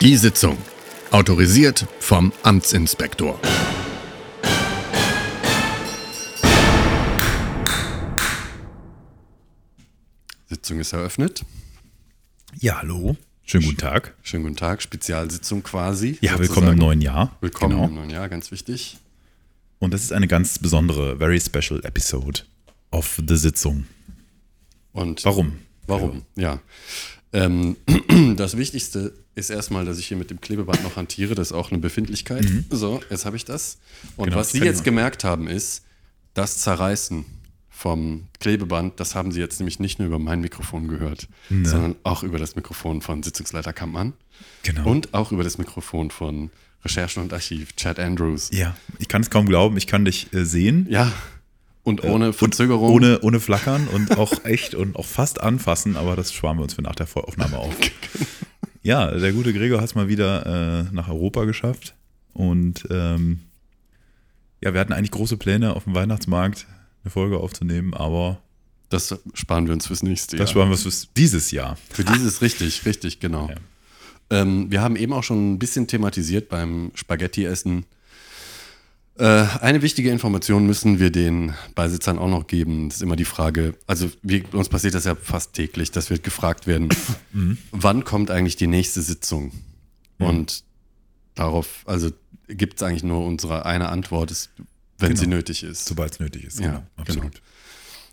Die Sitzung. Autorisiert vom Amtsinspektor. Sitzung ist eröffnet. Ja, hallo. Schönen guten Tag. Schönen guten Tag, Spezialsitzung quasi. Ja, sozusagen. willkommen im neuen Jahr. Willkommen Genau. im neuen Jahr, ganz wichtig. Und das ist eine ganz besondere, very special Episode of the Sitzung. Und Warum? Warum? Ja. Ähm, das Wichtigste ist erstmal, dass ich hier mit dem Klebeband noch hantiere. Das ist auch eine Befindlichkeit. So, jetzt habe ich das. Und Mhm. Genau, was das Sie kann ich jetzt auch. gemerkt haben, ist, das Zerreißen vom Klebeband, das haben Sie jetzt nämlich nicht nur über mein Mikrofon gehört, Ne. sondern auch über das Mikrofon von Sitzungsleiter Kampmann Genau. und auch über das Mikrofon von Recherchen und Archiv, Chad Andrews. Ja, ich kann es kaum glauben. Ich kann dich äh, sehen. Ja. Und ohne Verzögerung. Äh, Ohne, ohne Flackern und auch echt und auch fast anfassen, aber das sparen wir uns für nach der Voraufnahme auf. Ja, der gute Gregor hat es mal wieder äh, nach Europa geschafft. Und ähm, ja, wir hatten eigentlich große Pläne, auf dem Weihnachtsmarkt eine Folge aufzunehmen, aber Das sparen wir uns fürs nächste Jahr. das sparen wir fürs dieses Jahr. Für dieses richtig, richtig, genau. Ja. Ähm, wir haben eben auch schon ein bisschen thematisiert beim Spaghetti-Essen. Äh, eine wichtige Information müssen wir den Beisitzern auch noch geben. Das ist immer die Frage, also wir, uns passiert das ja fast täglich, dass wir gefragt werden, Mhm. wann kommt eigentlich die nächste Sitzung? Und darauf, also gibt es eigentlich nur unsere eine Antwort, ist, wenn Genau. sie nötig ist. Sobald es nötig ist, Ja, genau. Absolut.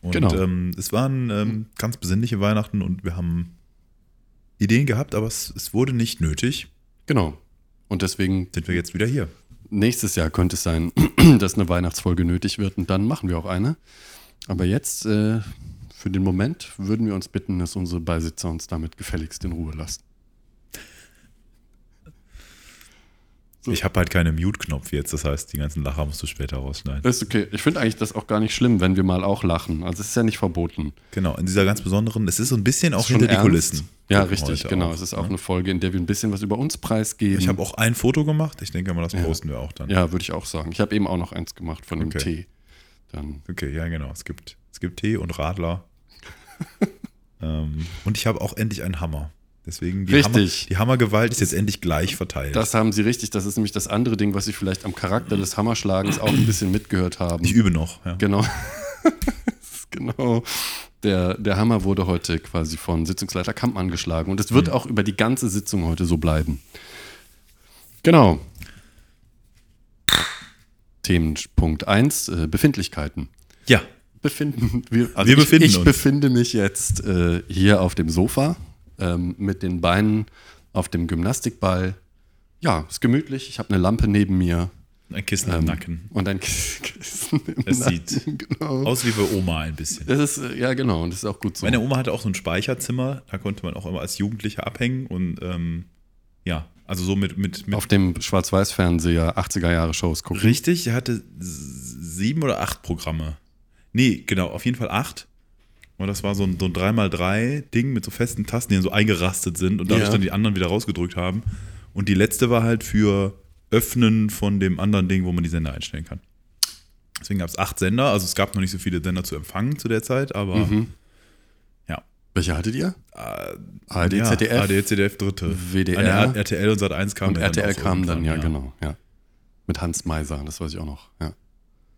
Und Genau. ähm, es waren ähm, ganz besinnliche Weihnachten und wir haben Ideen gehabt, aber es, es wurde nicht nötig. Genau. Und deswegen Sind wir jetzt wieder hier. Nächstes Jahr könnte es sein, dass eine Weihnachtsfolge nötig wird und dann machen wir auch eine. Aber jetzt, äh, für den Moment, würden wir uns bitten, dass unsere Beisitzer uns damit gefälligst in Ruhe lassen. So. Ich habe halt keinen Mute-Knopf jetzt, das heißt, die ganzen Lacher musst du später rausschneiden. Ist okay. Ich finde eigentlich das auch gar nicht schlimm, wenn wir mal auch lachen. Also es ist ja nicht verboten. Genau, in dieser ganz besonderen, es ist so ein bisschen auch Ist schon hinter die ernst? Kulissen. Ja, Heute ne? richtig, genau. es ist auch eine Folge, in der wir ein bisschen was über uns preisgeben. Ich habe auch ein Foto gemacht, ich denke mal, das posten wir auch dann. ja, würde ich auch sagen. Ich habe eben auch noch eins gemacht von dem Okay. Tee. Dann Okay, ja, genau. Es gibt, es gibt Tee und Radler. ähm, und ich habe auch endlich einen Hammer. Deswegen die, Hammer, Richtig. die Hammergewalt ist jetzt endlich gleich verteilt. das haben Sie richtig. Das ist nämlich das andere Ding, was Sie vielleicht am Charakter des Hammerschlagens auch ein bisschen mitgehört haben. ich übe noch. Ja. Genau. Das ist genau. Der, der Hammer wurde heute quasi von Sitzungsleiter Kamp angeschlagen und es wird Mhm. auch über die ganze Sitzung heute so bleiben. Genau. Themenpunkt 1, äh, Befindlichkeiten. ja, Befinden wir, also Wir ich, befinden ich uns. befinde mich jetzt äh, hier auf dem Sofa ähm, mit den Beinen auf dem Gymnastikball. Ja, ist gemütlich. Ich habe eine Lampe neben mir ein Kissen ähm, im Nacken. und ein Kissen im Es Nacken. sieht genau. Aus wie bei Oma ein bisschen. Das ist, äh, ja genau, und das ist auch gut so. Meine Oma hatte auch so ein Speicherzimmer, da konnte man auch immer als Jugendlicher abhängen und ähm, ja, also so mit, mit, mit Auf dem Schwarz-Weiß-Fernseher 80er-Jahre-Shows gucken. Richtig, er hatte s- sieben oder acht Programme. Nee, genau, auf jeden Fall acht. Und das war so ein, so ein 3x3-Ding mit so festen Tasten, die dann so eingerastet sind und dadurch Ja. dann die anderen wieder rausgedrückt haben. Und die letzte war halt für Öffnen von dem anderen Ding, wo man die Sender einstellen kann. Deswegen gab es acht Sender, also es gab noch nicht so viele Sender zu empfangen zu der Zeit, aber Mhm. ja. Welche hattet ihr? Äh, ARD, ja, ah, ZDF ARD, ZDF, dritte. WDR. An der R- RTL und Sat 1 kamen und ja dann RTL auch so kam dann, ja, irgendwann, genau. Ja. Mit Hans Meiser, das weiß ich auch noch. Ja.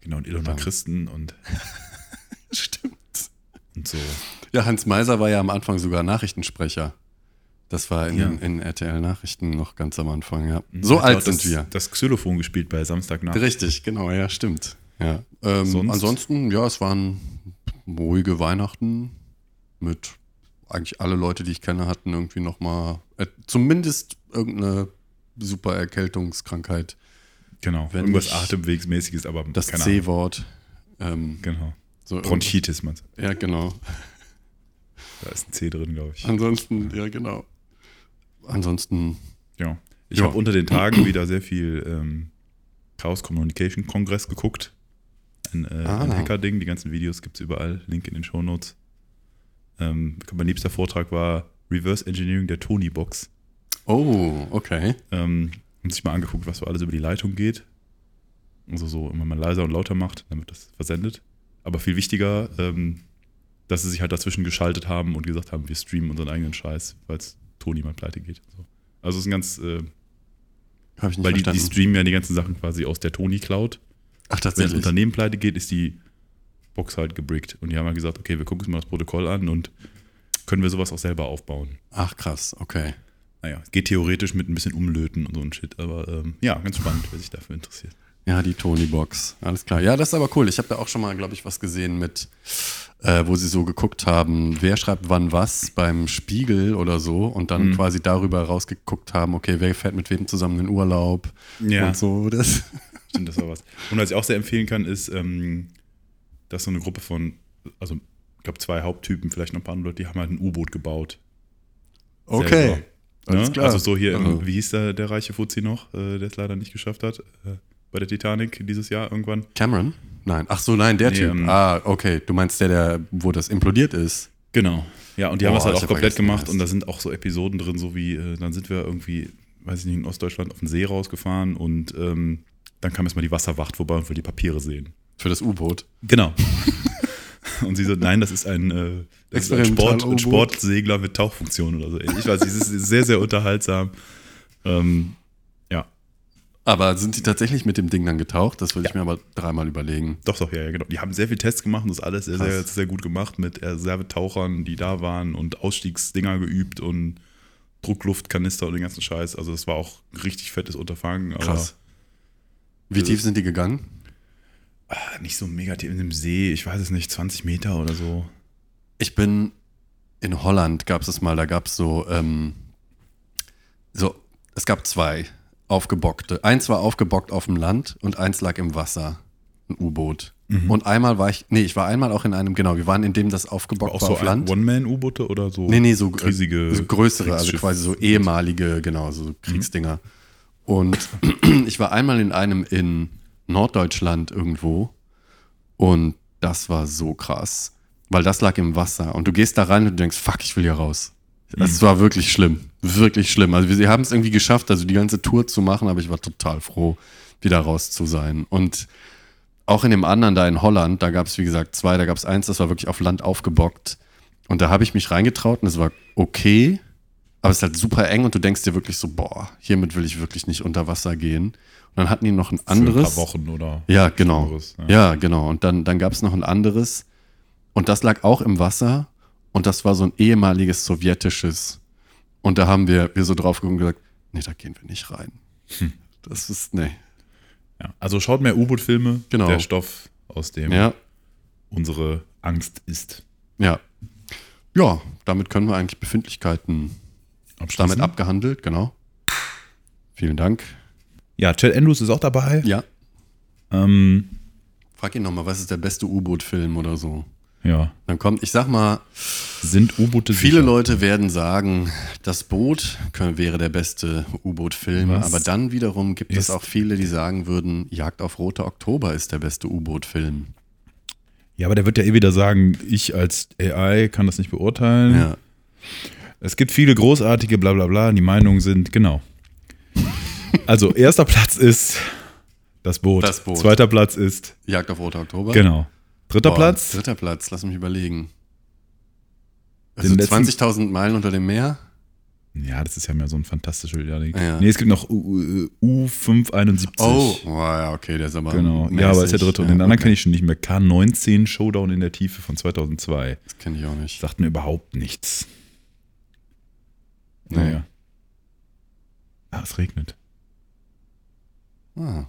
Genau, und Ilona Verdammt. Christen und, Stimmt. und so. Ja, Hans Meiser war ja am Anfang sogar Nachrichtensprecher. Das war in, Ja. Mhm. den- in RTL-Nachrichten noch ganz am Anfang, ja. So Hat alt auch das, sind wir. Das Xylophon gespielt bei Samstagnacht. Richtig, genau, ja, stimmt. Ja. Ähm, Sonst? Ansonsten, ja, es waren ruhige Weihnachten mit eigentlich alle Leute, die ich kenne, hatten irgendwie nochmal äh, zumindest irgendeine super Erkältungskrankheit. Genau. Wenn Irgendwas ich- Atemwegsmäßiges, aber Das keine Ahnung. C-Wort. Ähm, Genau. so Bronchitis, man. irgendwas- Ja, genau. Da ist ein C drin, glaube ich. Ansonsten, ja, genau. Ansonsten, Ja. Ich Ja. habe unter den Tagen wieder sehr viel ähm, Chaos Communication Kongress geguckt. Ein, äh, Ah. ein Hacker-Ding. Die ganzen Videos gibt es überall. Link in den Shownotes. Ähm, mein liebster Vortrag war Reverse Engineering der Tony-Box. oh, okay. ähm, und sich mal angeguckt, was so alles über die Leitung geht. Also so, wenn man leiser und lauter macht, dann wird das versendet. Aber viel wichtiger, ähm, dass sie sich halt dazwischen geschaltet haben und gesagt haben, wir streamen unseren eigenen Scheiß, falls Toni mal pleite geht. und So. Also es ist ein ganz, äh, Habe ich nicht weil die, die verstanden. streamen ja die ganzen Sachen quasi aus der Tony Cloud. Ach, Wenn das tatsächlich. Unternehmen pleite geht, ist die Box halt gebrickt. Und die haben ja gesagt, okay, wir gucken uns mal das Protokoll an und können wir sowas auch selber aufbauen. Ach, krass, okay. Naja, geht theoretisch mit ein bisschen Umlöten und so ein Shit, aber ähm, ja, ganz spannend, wer sich dafür interessiert. Ja, die Tony-Box. Alles klar. Ja, das ist aber cool. Ich habe da auch schon mal, glaube ich, was gesehen mit, äh, wo sie so geguckt haben, wer schreibt wann was beim Spiegel oder so und dann Mhm. quasi darüber rausgeguckt haben, okay, wer fährt mit wem zusammen in Urlaub Ja. und so. Das, Stimmt, das war was. Und was ich auch sehr empfehlen kann, ist, ähm, dass so eine Gruppe von, also ich glaube zwei Haupttypen, vielleicht noch ein paar andere Leute, die haben halt ein U-Boot gebaut. Selber. okay. Alles Ne? klar. Also so hier, Mhm. im, wie hieß der, der reiche Fuzzi noch, äh, der es leider nicht geschafft hat, äh, bei der Titanic dieses Jahr irgendwann. Cameron? Nein. Ach so, nein, der Nee, Typ. ähm, ah, okay. Du meinst der, der, wo das implodiert ist? Genau. Ja, und die haben Boah, das halt ich auch hab komplett vergessen, wie gemacht das und da heißt. sind auch so Episoden drin, so wie, äh, dann sind wir irgendwie, weiß ich nicht, in Ostdeutschland auf den See rausgefahren und ähm, dann kam erstmal die Wasserwacht vorbei und will die Papiere sehen. Für das U-Boot. Genau. und sie so, nein, das ist ein, äh, das ist ein, Experimental- Sport, ein U-Boot. Sportsegler mit Tauchfunktion oder so. Ich weiß, es ist sehr, sehr unterhaltsam. Ähm, ja, Aber sind die tatsächlich mit dem Ding dann getaucht? Das würde ich mir aber dreimal überlegen. Doch, doch, ja, ja, genau. Die haben sehr viel Tests gemacht und das alles sehr, sehr, Krass. sehr gut gemacht mit Reservetauchern, die da waren und Ausstiegsdinger geübt und Druckluftkanister und den ganzen Scheiß. Also das war auch ein richtig fettes Unterfangen. Aber Krass. Wie Also- tief sind die gegangen? ah, nicht so mega tief in dem See, ich weiß es nicht, 20 Meter oder so. Ich bin in Holland, gab es das mal, da gab es so, ähm, so, es gab zwei aufgebockte. Eins war aufgebockt auf dem Land und eins lag im Wasser. Ein U-Boot. Mhm. Und einmal war ich, nee, ich war einmal auch in einem, genau, wir waren in dem, das Aber aufgebockt auch war so auf Land. One-Man-U-Boote oder so? Nee, nee, so äh, riesige so größere, also Kriegsschiffe. Mhm. quasi so ehemalige, genau, so Kriegsdinger. Und ich war einmal in einem in Norddeutschland irgendwo und das war so krass, weil das lag im Wasser und du gehst da rein und du denkst, fuck, ich will hier raus. Das Mhm. war wirklich schlimm, wirklich schlimm. Also wir sie haben es irgendwie geschafft, also die ganze Tour zu machen, aber ich war total froh, wieder raus zu sein. Und auch in dem anderen da in Holland, da gab es wie gesagt zwei, da gab es eins, das war wirklich auf Land aufgebockt. Und da habe ich mich reingetraut und es war okay, aber es ist halt super eng und du denkst dir wirklich so, boah, hiermit will ich wirklich nicht unter Wasser gehen. Und dann hatten die noch ein Für ein anderes. paar Wochen oder Ja, genau. Schlimmeres, ja. ja. genau. Und dann, dann gab es noch ein anderes. Und das lag auch im Wasser. Und das war so ein ehemaliges sowjetisches. Und da haben wir, wir so drauf geguckt und gesagt, nee, da gehen wir nicht rein. Das ist, nee. Ja. Also schaut mehr U-Boot-Filme, Genau. der Stoff, aus dem Ja, unsere Angst ist. ja. Ja, damit können wir eigentlich Befindlichkeiten damit Abschließen. abgehandelt, genau. Vielen Dank. Ja, Chad Andrews ist auch dabei. Ja. Ähm, Frag ihn nochmal, was ist der beste U-Boot-Film oder so? ja. Dann kommt, ich sag mal, Sind U-Boote Viele sicher? Leute werden sagen, das Boot kö- wäre der beste U-Boot-Film, Was aber dann wiederum gibt ist- es auch viele, die sagen würden, Jagd auf Rote Oktober ist der beste U-Boot-Film. Ja, aber der wird ja eh wieder sagen, ich als AI kann das nicht beurteilen. Ja. Es gibt viele großartige Blablabla, die Meinungen sind, genau. Also, erster Platz ist das Boot. Das Boot. Zweiter Platz ist, Jagd auf Rote Oktober? genau. Dritter Boah, Platz, Dritter Platz, lass mich überlegen. Den Also letzten- 20.000 Meilen unter dem Meer? ja, das ist ja mehr so ein fantastischer Lied. Ja. Nee, es gibt noch U, U, U571. Oh, oh, ja, okay, der ist aber. Genau, ja, aber ist der dritte. Und den anderen kenne ich schon nicht mehr. K19 Showdown in der Tiefe von 2002. Das kenne ich auch nicht. Sagt mir überhaupt nichts. Nee. Naja. Ah, es regnet. Ah.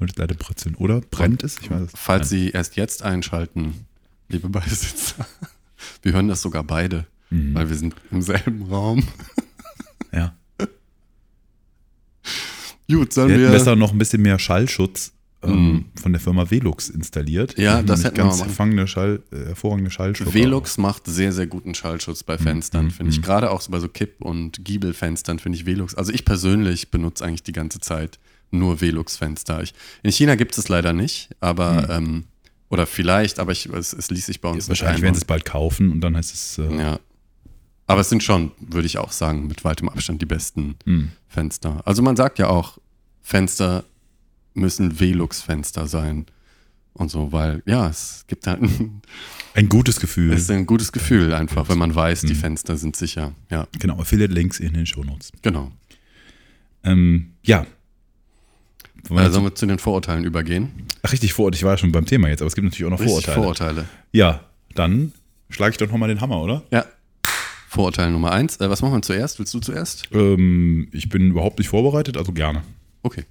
Und es leider brutzeln. Oder brennt es? Ich weiß es. Falls Nein. Sie erst jetzt einschalten, liebe Beisitzer, wir hören das sogar beide, Mhm. weil wir sind im selben Raum. Ja. Gut, sollen Wir hätten wir. besser noch ein bisschen mehr Schallschutz ähm, Mhm. von der Firma Velux installiert. Ja, haben das nämlich hätten wir ganz mal machen. hervorragende Schall, äh, hervorragende Schallschutz. Velux macht sehr, sehr guten Schallschutz bei Fenstern, mhm, finde ich. mhm. Gerade auch so bei so Kipp- und Giebelfenstern finde ich Velux. Also ich persönlich benutze eigentlich die ganze Zeit nur Velux-Fenster. Ich- In China gibt es es leider nicht, aber ähm, oder vielleicht, aber ich, es, es ließ sich bei uns Mhm. Wahrscheinlich werden sie es nicht bald kaufen und dann heißt es. Äh, einbauen. Ja. Aber es sind schon, würde ich auch sagen, mit weitem Abstand die besten mh. Fenster. Also man sagt ja auch, Fenster müssen Velux-Fenster sein und so, weil ja, es gibt halt Ein gutes Gefühl. Es ist ein gutes Gefühl einfach, wenn man weiß, die Mhm. Fenster sind sicher. Ja, genau, Affiliate-Links in den Shownotes. genau. Ähm, ja. Wollen wir Äh, jetzt- sollen wir zu den Vorurteilen übergehen? Ach, richtig, Vorurteile. Ich war ja schon beim Thema jetzt, aber es gibt natürlich auch noch Richtig, Vorurteile. Vorurteile. Ja, dann schlage ich doch nochmal den Hammer, oder? Ja. Vorurteil Nummer eins. Äh, was machen wir zuerst? Willst du zuerst? Ähm, ich bin überhaupt nicht vorbereitet, also gerne. Okay.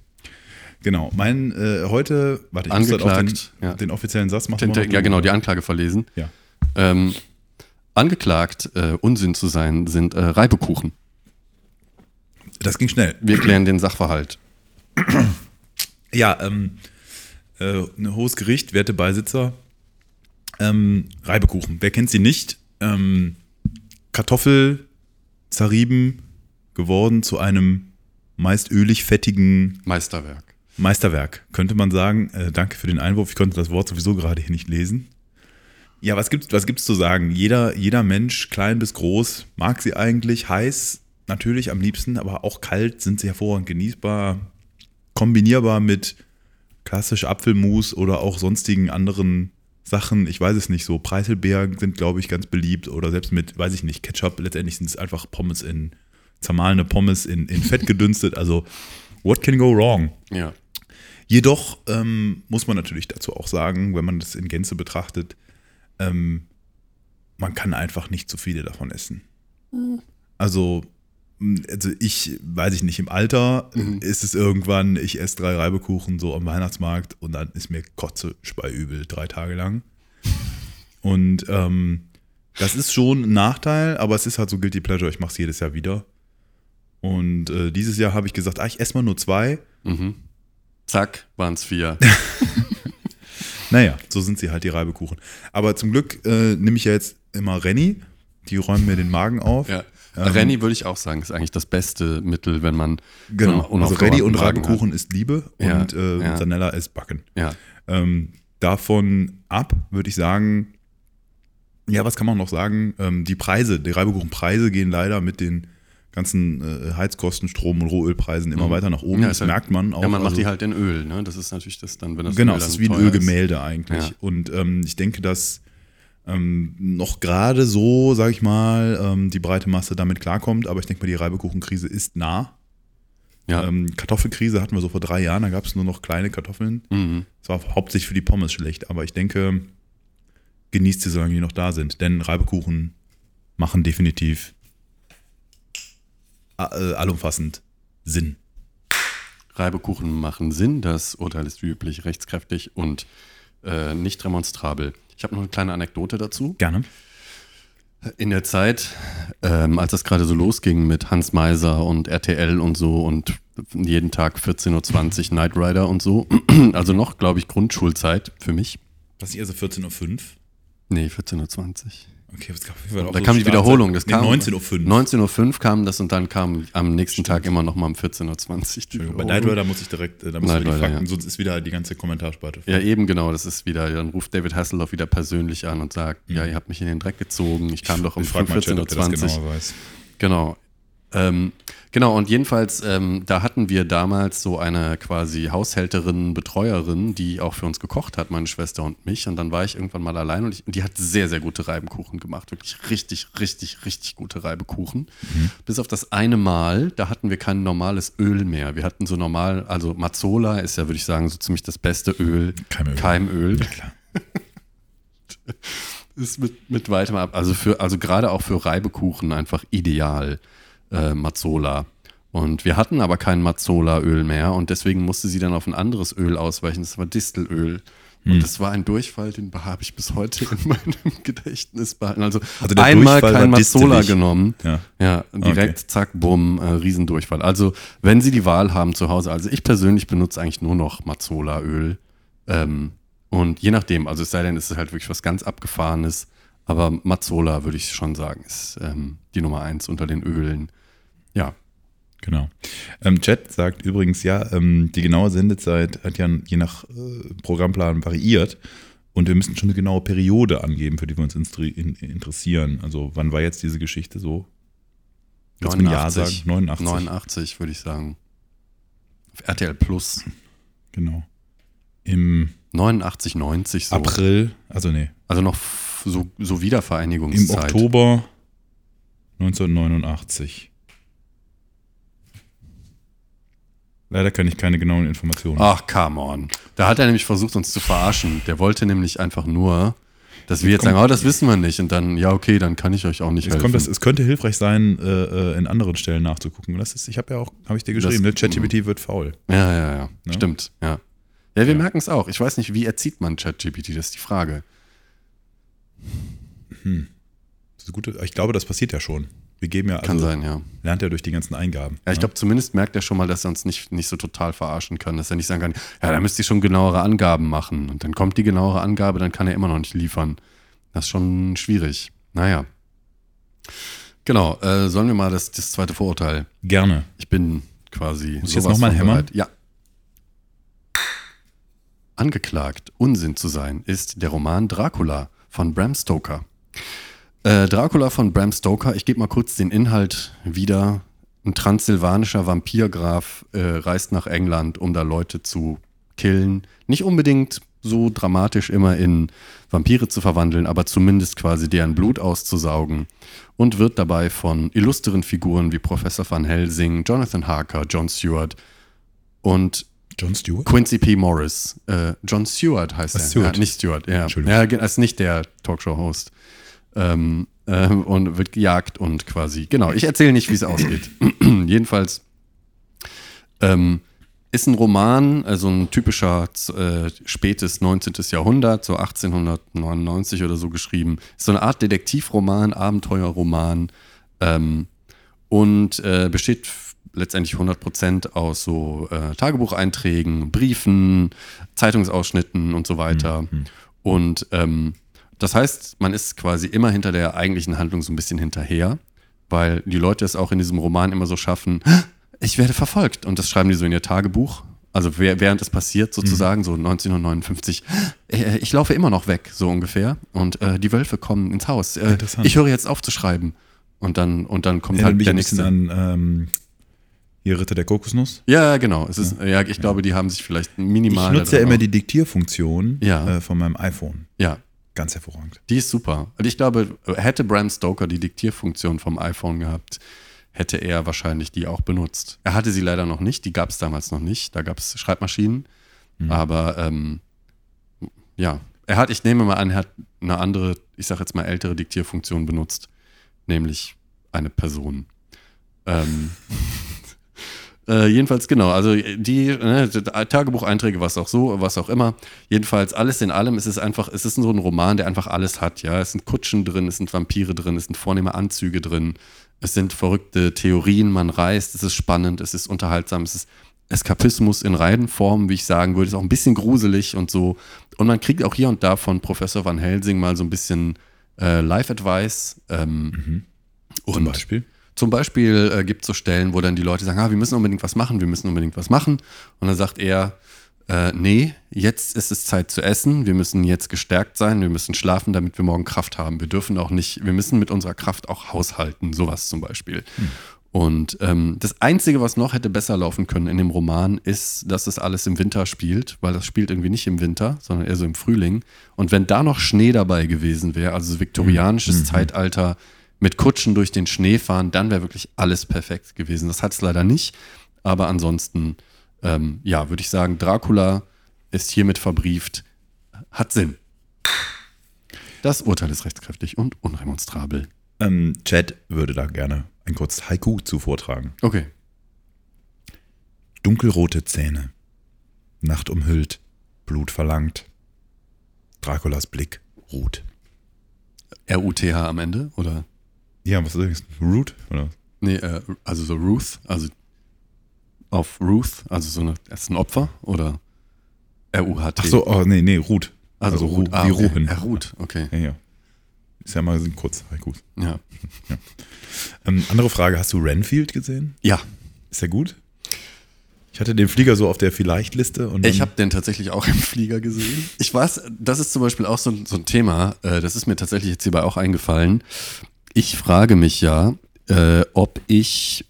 Genau, mein äh, heute, warte, ich muss halt auch den, Angeklagt, ja. den offiziellen Satz machen. Den, wir noch. ja, genau, die Anklage verlesen. Ja. Ähm, angeklagt, äh, Unsinn zu sein, sind äh, Reibekuchen. Das ging schnell. Wir klären den Sachverhalt. Ja, ähm, äh, ein hohes Gericht, werte Beisitzer. Ähm, Reibekuchen, wer kennt sie nicht? Ähm, Kartoffel zerrieben, geworden zu einem meist ölig-fettigen Meisterwerk. Meisterwerk, könnte man sagen. Äh, danke für den Einwurf, ich konnte das Wort sowieso gerade hier nicht lesen. Ja, was gibt's, was gibt's zu sagen? Jeder, jeder Mensch, klein bis groß, mag sie eigentlich. Heiß natürlich am liebsten, aber auch kalt sind sie hervorragend genießbar, kombinierbar mit klassisch Apfelmus oder auch sonstigen anderen Sachen. Ich weiß es nicht, so Preiselbeeren sind, glaube ich, ganz beliebt oder selbst mit, weiß ich nicht, Ketchup. Letztendlich sind es einfach Pommes in, zermahlene Pommes in, in Fett gedünstet. Also, what can go wrong? Ja. Jedoch ähm, muss man natürlich dazu auch sagen, wenn man das in Gänze betrachtet, ähm, man kann einfach nicht zu viele davon essen. Also, mh, also ich weiß ich nicht, im Alter ist es irgendwann, ich esse drei Reibekuchen so am Weihnachtsmarkt und dann ist mir Kotze speiübel drei Tage lang. Und ähm, das ist schon ein Nachteil, aber es ist halt so guilty pleasure, ich mache es jedes Jahr wieder. Und äh, dieses Jahr habe ich gesagt, ah, ich esse mal nur zwei. Mhm. Zack, waren es vier. Naja, so sind sie halt, die Reibekuchen. Aber zum Glück äh, nehme ich ja jetzt immer Renny. Die räumen mir den Magen auf. ja. Ähm, Renny würde ich auch sagen, ist eigentlich das beste Mittel, wenn man. Genau. so einen also Renny und unaufgeräumten Magen Reibekuchen ist Liebe Ja, und äh, ja. Sanella ist Backen. Hat. Ähm, davon ab würde ich sagen, ja, was kann man noch sagen? Ähm, die Preise, die Reibekuchenpreise gehen leider mit den ganzen äh, Heizkosten, Strom- und Rohölpreisen immer Mhm. weiter nach oben. Ja, das ist halt- merkt man Ja. auch. ja, man macht also- die halt in Öl, ne? Das ist natürlich das dann, wenn das genau, Öl es dann ist wie ein teuer ist. Ölgemälde eigentlich. Ja. Und ähm, ich denke, dass ähm, noch gerade so, sage ich mal, ähm, die breite Masse damit klarkommt. Aber ich denke mal, die Reibekuchenkrise ist nah. Ja. Ähm, Kartoffelkrise hatten wir so vor drei Jahren, da gab es nur noch kleine Kartoffeln. Mhm. Das war hauptsächlich für die Pommes schlecht. Aber ich denke, genießt sie, solange die noch da sind. Denn Reibekuchen machen definitiv a- äh, allumfassend Sinn. Reibekuchen machen Sinn. Das Urteil ist wie üblich rechtskräftig und äh, nicht remonstrabel. Ich habe noch eine kleine Anekdote dazu. Gerne. In der Zeit, ähm, als das gerade so losging mit Hans Meiser und RTL und so und jeden Tag 14.20 Uhr Knight Rider und so, also noch, glaube ich, Grundschulzeit für mich. Das ist also 14.05 Uhr. Nee, 14.20 Uhr. Okay, was gab es Da Da kam die Wiederholung. Das kam 19.05 Uhr. 19.05 Uhr kam das und dann kam am nächsten Tag immer noch mal um 14.20 Uhr. Bei Night Rider muss ich direkt, äh, da muss Knight ich die Rider, Fakten, ja. sonst ist wieder die ganze Kommentarspalte. voll. Ja, eben genau. Das ist wieder, dann ruft David Hasselhoff wieder persönlich an und sagt, ja, ihr habt mich in den Dreck gezogen. Ich kam doch um Mhm. ich frag mal Chat, ob der das genau 14.20 Uhr. genauer weiß. Genau. Ähm, genau, und jedenfalls, ähm, da hatten wir damals so eine quasi Haushälterin, Betreuerin, die auch für uns gekocht hat, meine Schwester und mich. Und dann war ich irgendwann mal allein und, ich, und die hat sehr, sehr gute Reibekuchen gemacht. Wirklich richtig, richtig, richtig gute Reibekuchen. Mhm. Bis auf das eine Mal, da hatten wir kein normales Öl mehr. Wir hatten so normal, also Mazzola ist ja, würde ich sagen, so ziemlich das beste Öl. Keimöl. Keimöl. Ja, klar. ist mit, mit weitem Ab. Also, für, also gerade auch für Reibekuchen einfach ideal, äh, Mazzola. Und wir hatten aber kein Mazzola-Öl mehr und deswegen musste sie dann auf ein anderes Öl ausweichen. Das war Distelöl. Hm. Und das war ein Durchfall, den habe ich bis heute in meinem Gedächtnis behalten. Also, Also der einmal Durchfall kein war Mazzola distelig. genommen. Ja. Ja, direkt, zack, bumm, äh, Riesendurchfall. Also, wenn Sie die Wahl haben zu Hause, also ich persönlich benutze eigentlich nur noch Mazzolaöl. Ähm, und je nachdem, also es sei denn, es ist halt wirklich was ganz Abgefahrenes, aber Mazzola würde ich schon sagen, ist ähm, die Nummer eins unter den Ölen. Ja, Genau. Ähm, Chat sagt übrigens, ja, ähm, die genaue Sendezeit hat ja je nach äh, Programmplan variiert. Und wir müssen schon eine genaue Periode angeben, für die wir uns instri- in, interessieren. Also, wann war jetzt diese Geschichte so? Kannst du mir ein Jahr sagen? 89. 89 würde ich sagen. Auf RTL Plus. Genau. Im 89, 90 so. April, also nee, Also noch f- so, so im Wiedervereinigungszeit. Oktober 1989. Leider kann ich keine genauen Informationen. Ach, come on. Da hat er nämlich versucht, uns zu verarschen. Der wollte nämlich einfach nur, dass wir jetzt sagen, oh, das wissen wir nicht. Und dann, ja, okay, dann kann ich euch auch nicht Es, helfen. kommt, das, es könnte hilfreich sein, äh, äh, in anderen Stellen nachzugucken. Das ist, ich habe ja auch, habe ich dir geschrieben, ne? Das- mhm. ChatGPT wird faul. ja, ja, ja. Ne? Stimmt, ja. Ja, wir merken es auch. Ich weiß nicht, wie erzieht man ChatGPT, das ist die Frage. Das ist eine gute, ich glaube, das passiert ja schon. Wir geben ja, also, Kann ne? sein, ja. lernt ja durch die ganzen Eingaben. Ja, ich glaube, zumindest merkt er schon mal, dass er uns nicht, nicht so total verarschen kann, dass er nicht sagen kann, ja, da müsst ihr schon genauere Angaben machen. Und dann kommt die genauere Angabe, dann kann er immer noch nicht liefern. Das ist schon schwierig. Naja. Genau, äh, sollen wir mal das, das zweite Vorurteil. Gerne. Ich bin quasi. Muss ich jetzt sowas noch mal von hämmern? bereit. Ja. Angeklagt, Unsinn zu sein, ist der Roman Dracula von Bram Stoker. Äh, Dracula von Bram Stoker, ich gebe mal kurz den Inhalt wieder. Ein transsilvanischer Vampirgraf äh, reist nach England, um da Leute zu killen. Nicht unbedingt so dramatisch immer in Vampire zu verwandeln, aber zumindest quasi deren Blut auszusaugen. Und wird dabei von illustren Figuren wie Professor Van Helsing, Jonathan Harker, John Stewart und John Stewart? Quincy P. Morris. Äh, John Stewart heißt Ah, er. Stewart. Ja, nicht Stewart, ja. Entschuldigung. Ja, ge- ist nicht der Talkshow-Host. Ähm, ähm, und wird gejagt und quasi. Genau, ich erzähle nicht, wie es ausgeht. Jedenfalls ähm, ist ein Roman, also ein typischer z- äh, spätes 19. Jahrhundert, so 1899 oder so geschrieben. Ist so eine Art Detektivroman, Abenteuerroman. Ähm, und äh, besteht f- letztendlich 100% aus so äh, Tagebucheinträgen, Briefen, Zeitungsausschnitten und so weiter. Und ähm, das heißt, man ist quasi immer hinter der eigentlichen Handlung so ein bisschen hinterher, weil die Leute es auch in diesem Roman immer so schaffen, ich werde verfolgt. Und das schreiben die so in ihr Tagebuch. Also wer- während es passiert sozusagen, so 1959, äh, ich laufe immer noch weg, so ungefähr. Und äh, die Wölfe kommen ins Haus. Äh, Interessant. ich höre jetzt auf zu schreiben. Und dann, und dann kommt Erinnert halt mich der ein bisschen nächste. an ähm, hier Ritter der Kokosnuss. Ja, genau. Es ist, ja, ich glaube, die haben sich vielleicht minimal. ich nutze daran ja immer also auch- die Diktierfunktion Ja. äh, von meinem iPhone. Ja, Ganz hervorragend. die ist super. Und ich glaube, hätte Bram Stoker die Diktierfunktion vom iPhone gehabt, hätte er wahrscheinlich die auch benutzt. Er hatte sie leider noch nicht. Die gab es damals noch nicht. Da gab es Schreibmaschinen. Mhm. Aber ähm, ja, er hat, ich nehme mal an, er hat eine andere, ich sag jetzt mal ältere Diktierfunktion benutzt, nämlich eine Person. Ähm, äh, jedenfalls genau, also die ne, Tagebucheinträge, was auch so, was auch immer. Jedenfalls alles in allem, es ist einfach, es ist so ein Roman, der einfach alles hat. Ja, es sind Kutschen drin, es sind Vampire drin, es sind vornehme Anzüge drin, es sind verrückte Theorien, man reist, es ist spannend, es ist unterhaltsam, es ist Eskapismus in Reihenform, wie ich sagen würde, ist auch ein bisschen gruselig und so. Und man kriegt auch hier und da von Professor Van Helsing mal so ein bisschen äh, Life-Advice. Ähm, Mhm. Zum und- Beispiel. zum Beispiel äh, gibt es so Stellen, wo dann die Leute sagen, ah, wir müssen unbedingt was machen, wir müssen unbedingt was machen. Und dann sagt er, äh, nee, jetzt ist es Zeit zu essen, wir müssen jetzt gestärkt sein, wir müssen schlafen, damit wir morgen Kraft haben. Wir dürfen auch nicht, wir müssen mit unserer Kraft auch haushalten, sowas zum Beispiel. Und ähm, das Einzige, was noch hätte besser laufen können in dem Roman, ist, dass es alles im Winter spielt, weil das spielt irgendwie nicht im Winter, sondern eher so im Frühling. Und wenn da noch Schnee dabei gewesen wäre, also viktorianisches Zeitalter, mit Kutschen durch den Schnee fahren, dann wäre wirklich alles perfekt gewesen. Das hat es leider nicht. Aber ansonsten, ähm, ja, würde ich sagen, Dracula ist hiermit verbrieft. Hat Sinn. Das Urteil ist rechtskräftig und unremonstrabel. Ähm, Chad würde da gerne ein kurzes Haiku zu vortragen. Okay. Dunkelrote Zähne. Nacht umhüllt. Blut verlangt. Draculas Blick ruht. R-U-T-H am Ende? Oder? Ja, was ist das? Root? Oder? Nee, äh, also so Ruth, also auf Ruth, also so eine, ist ein Opfer? Oder R-U-H-T? Ach so, oh, nee, nee, Ruht. also, Ru- Ruth. Ah, wie okay. Ruhen. Er ruht, okay. Ja, ja. Ist ja mal so ein kurz Haikus. Ja. Ähm, andere Frage, hast du Renfield gesehen? Ja, Ist der gut? Ich hatte den Flieger so auf der Vielleicht-Liste und Ich dann- habe den tatsächlich auch im Flieger gesehen. Ich weiß, das ist zum Beispiel auch so, ein- so ein Thema, äh, das ist mir tatsächlich jetzt hierbei auch eingefallen. Ich frage mich ja, äh, ob ich,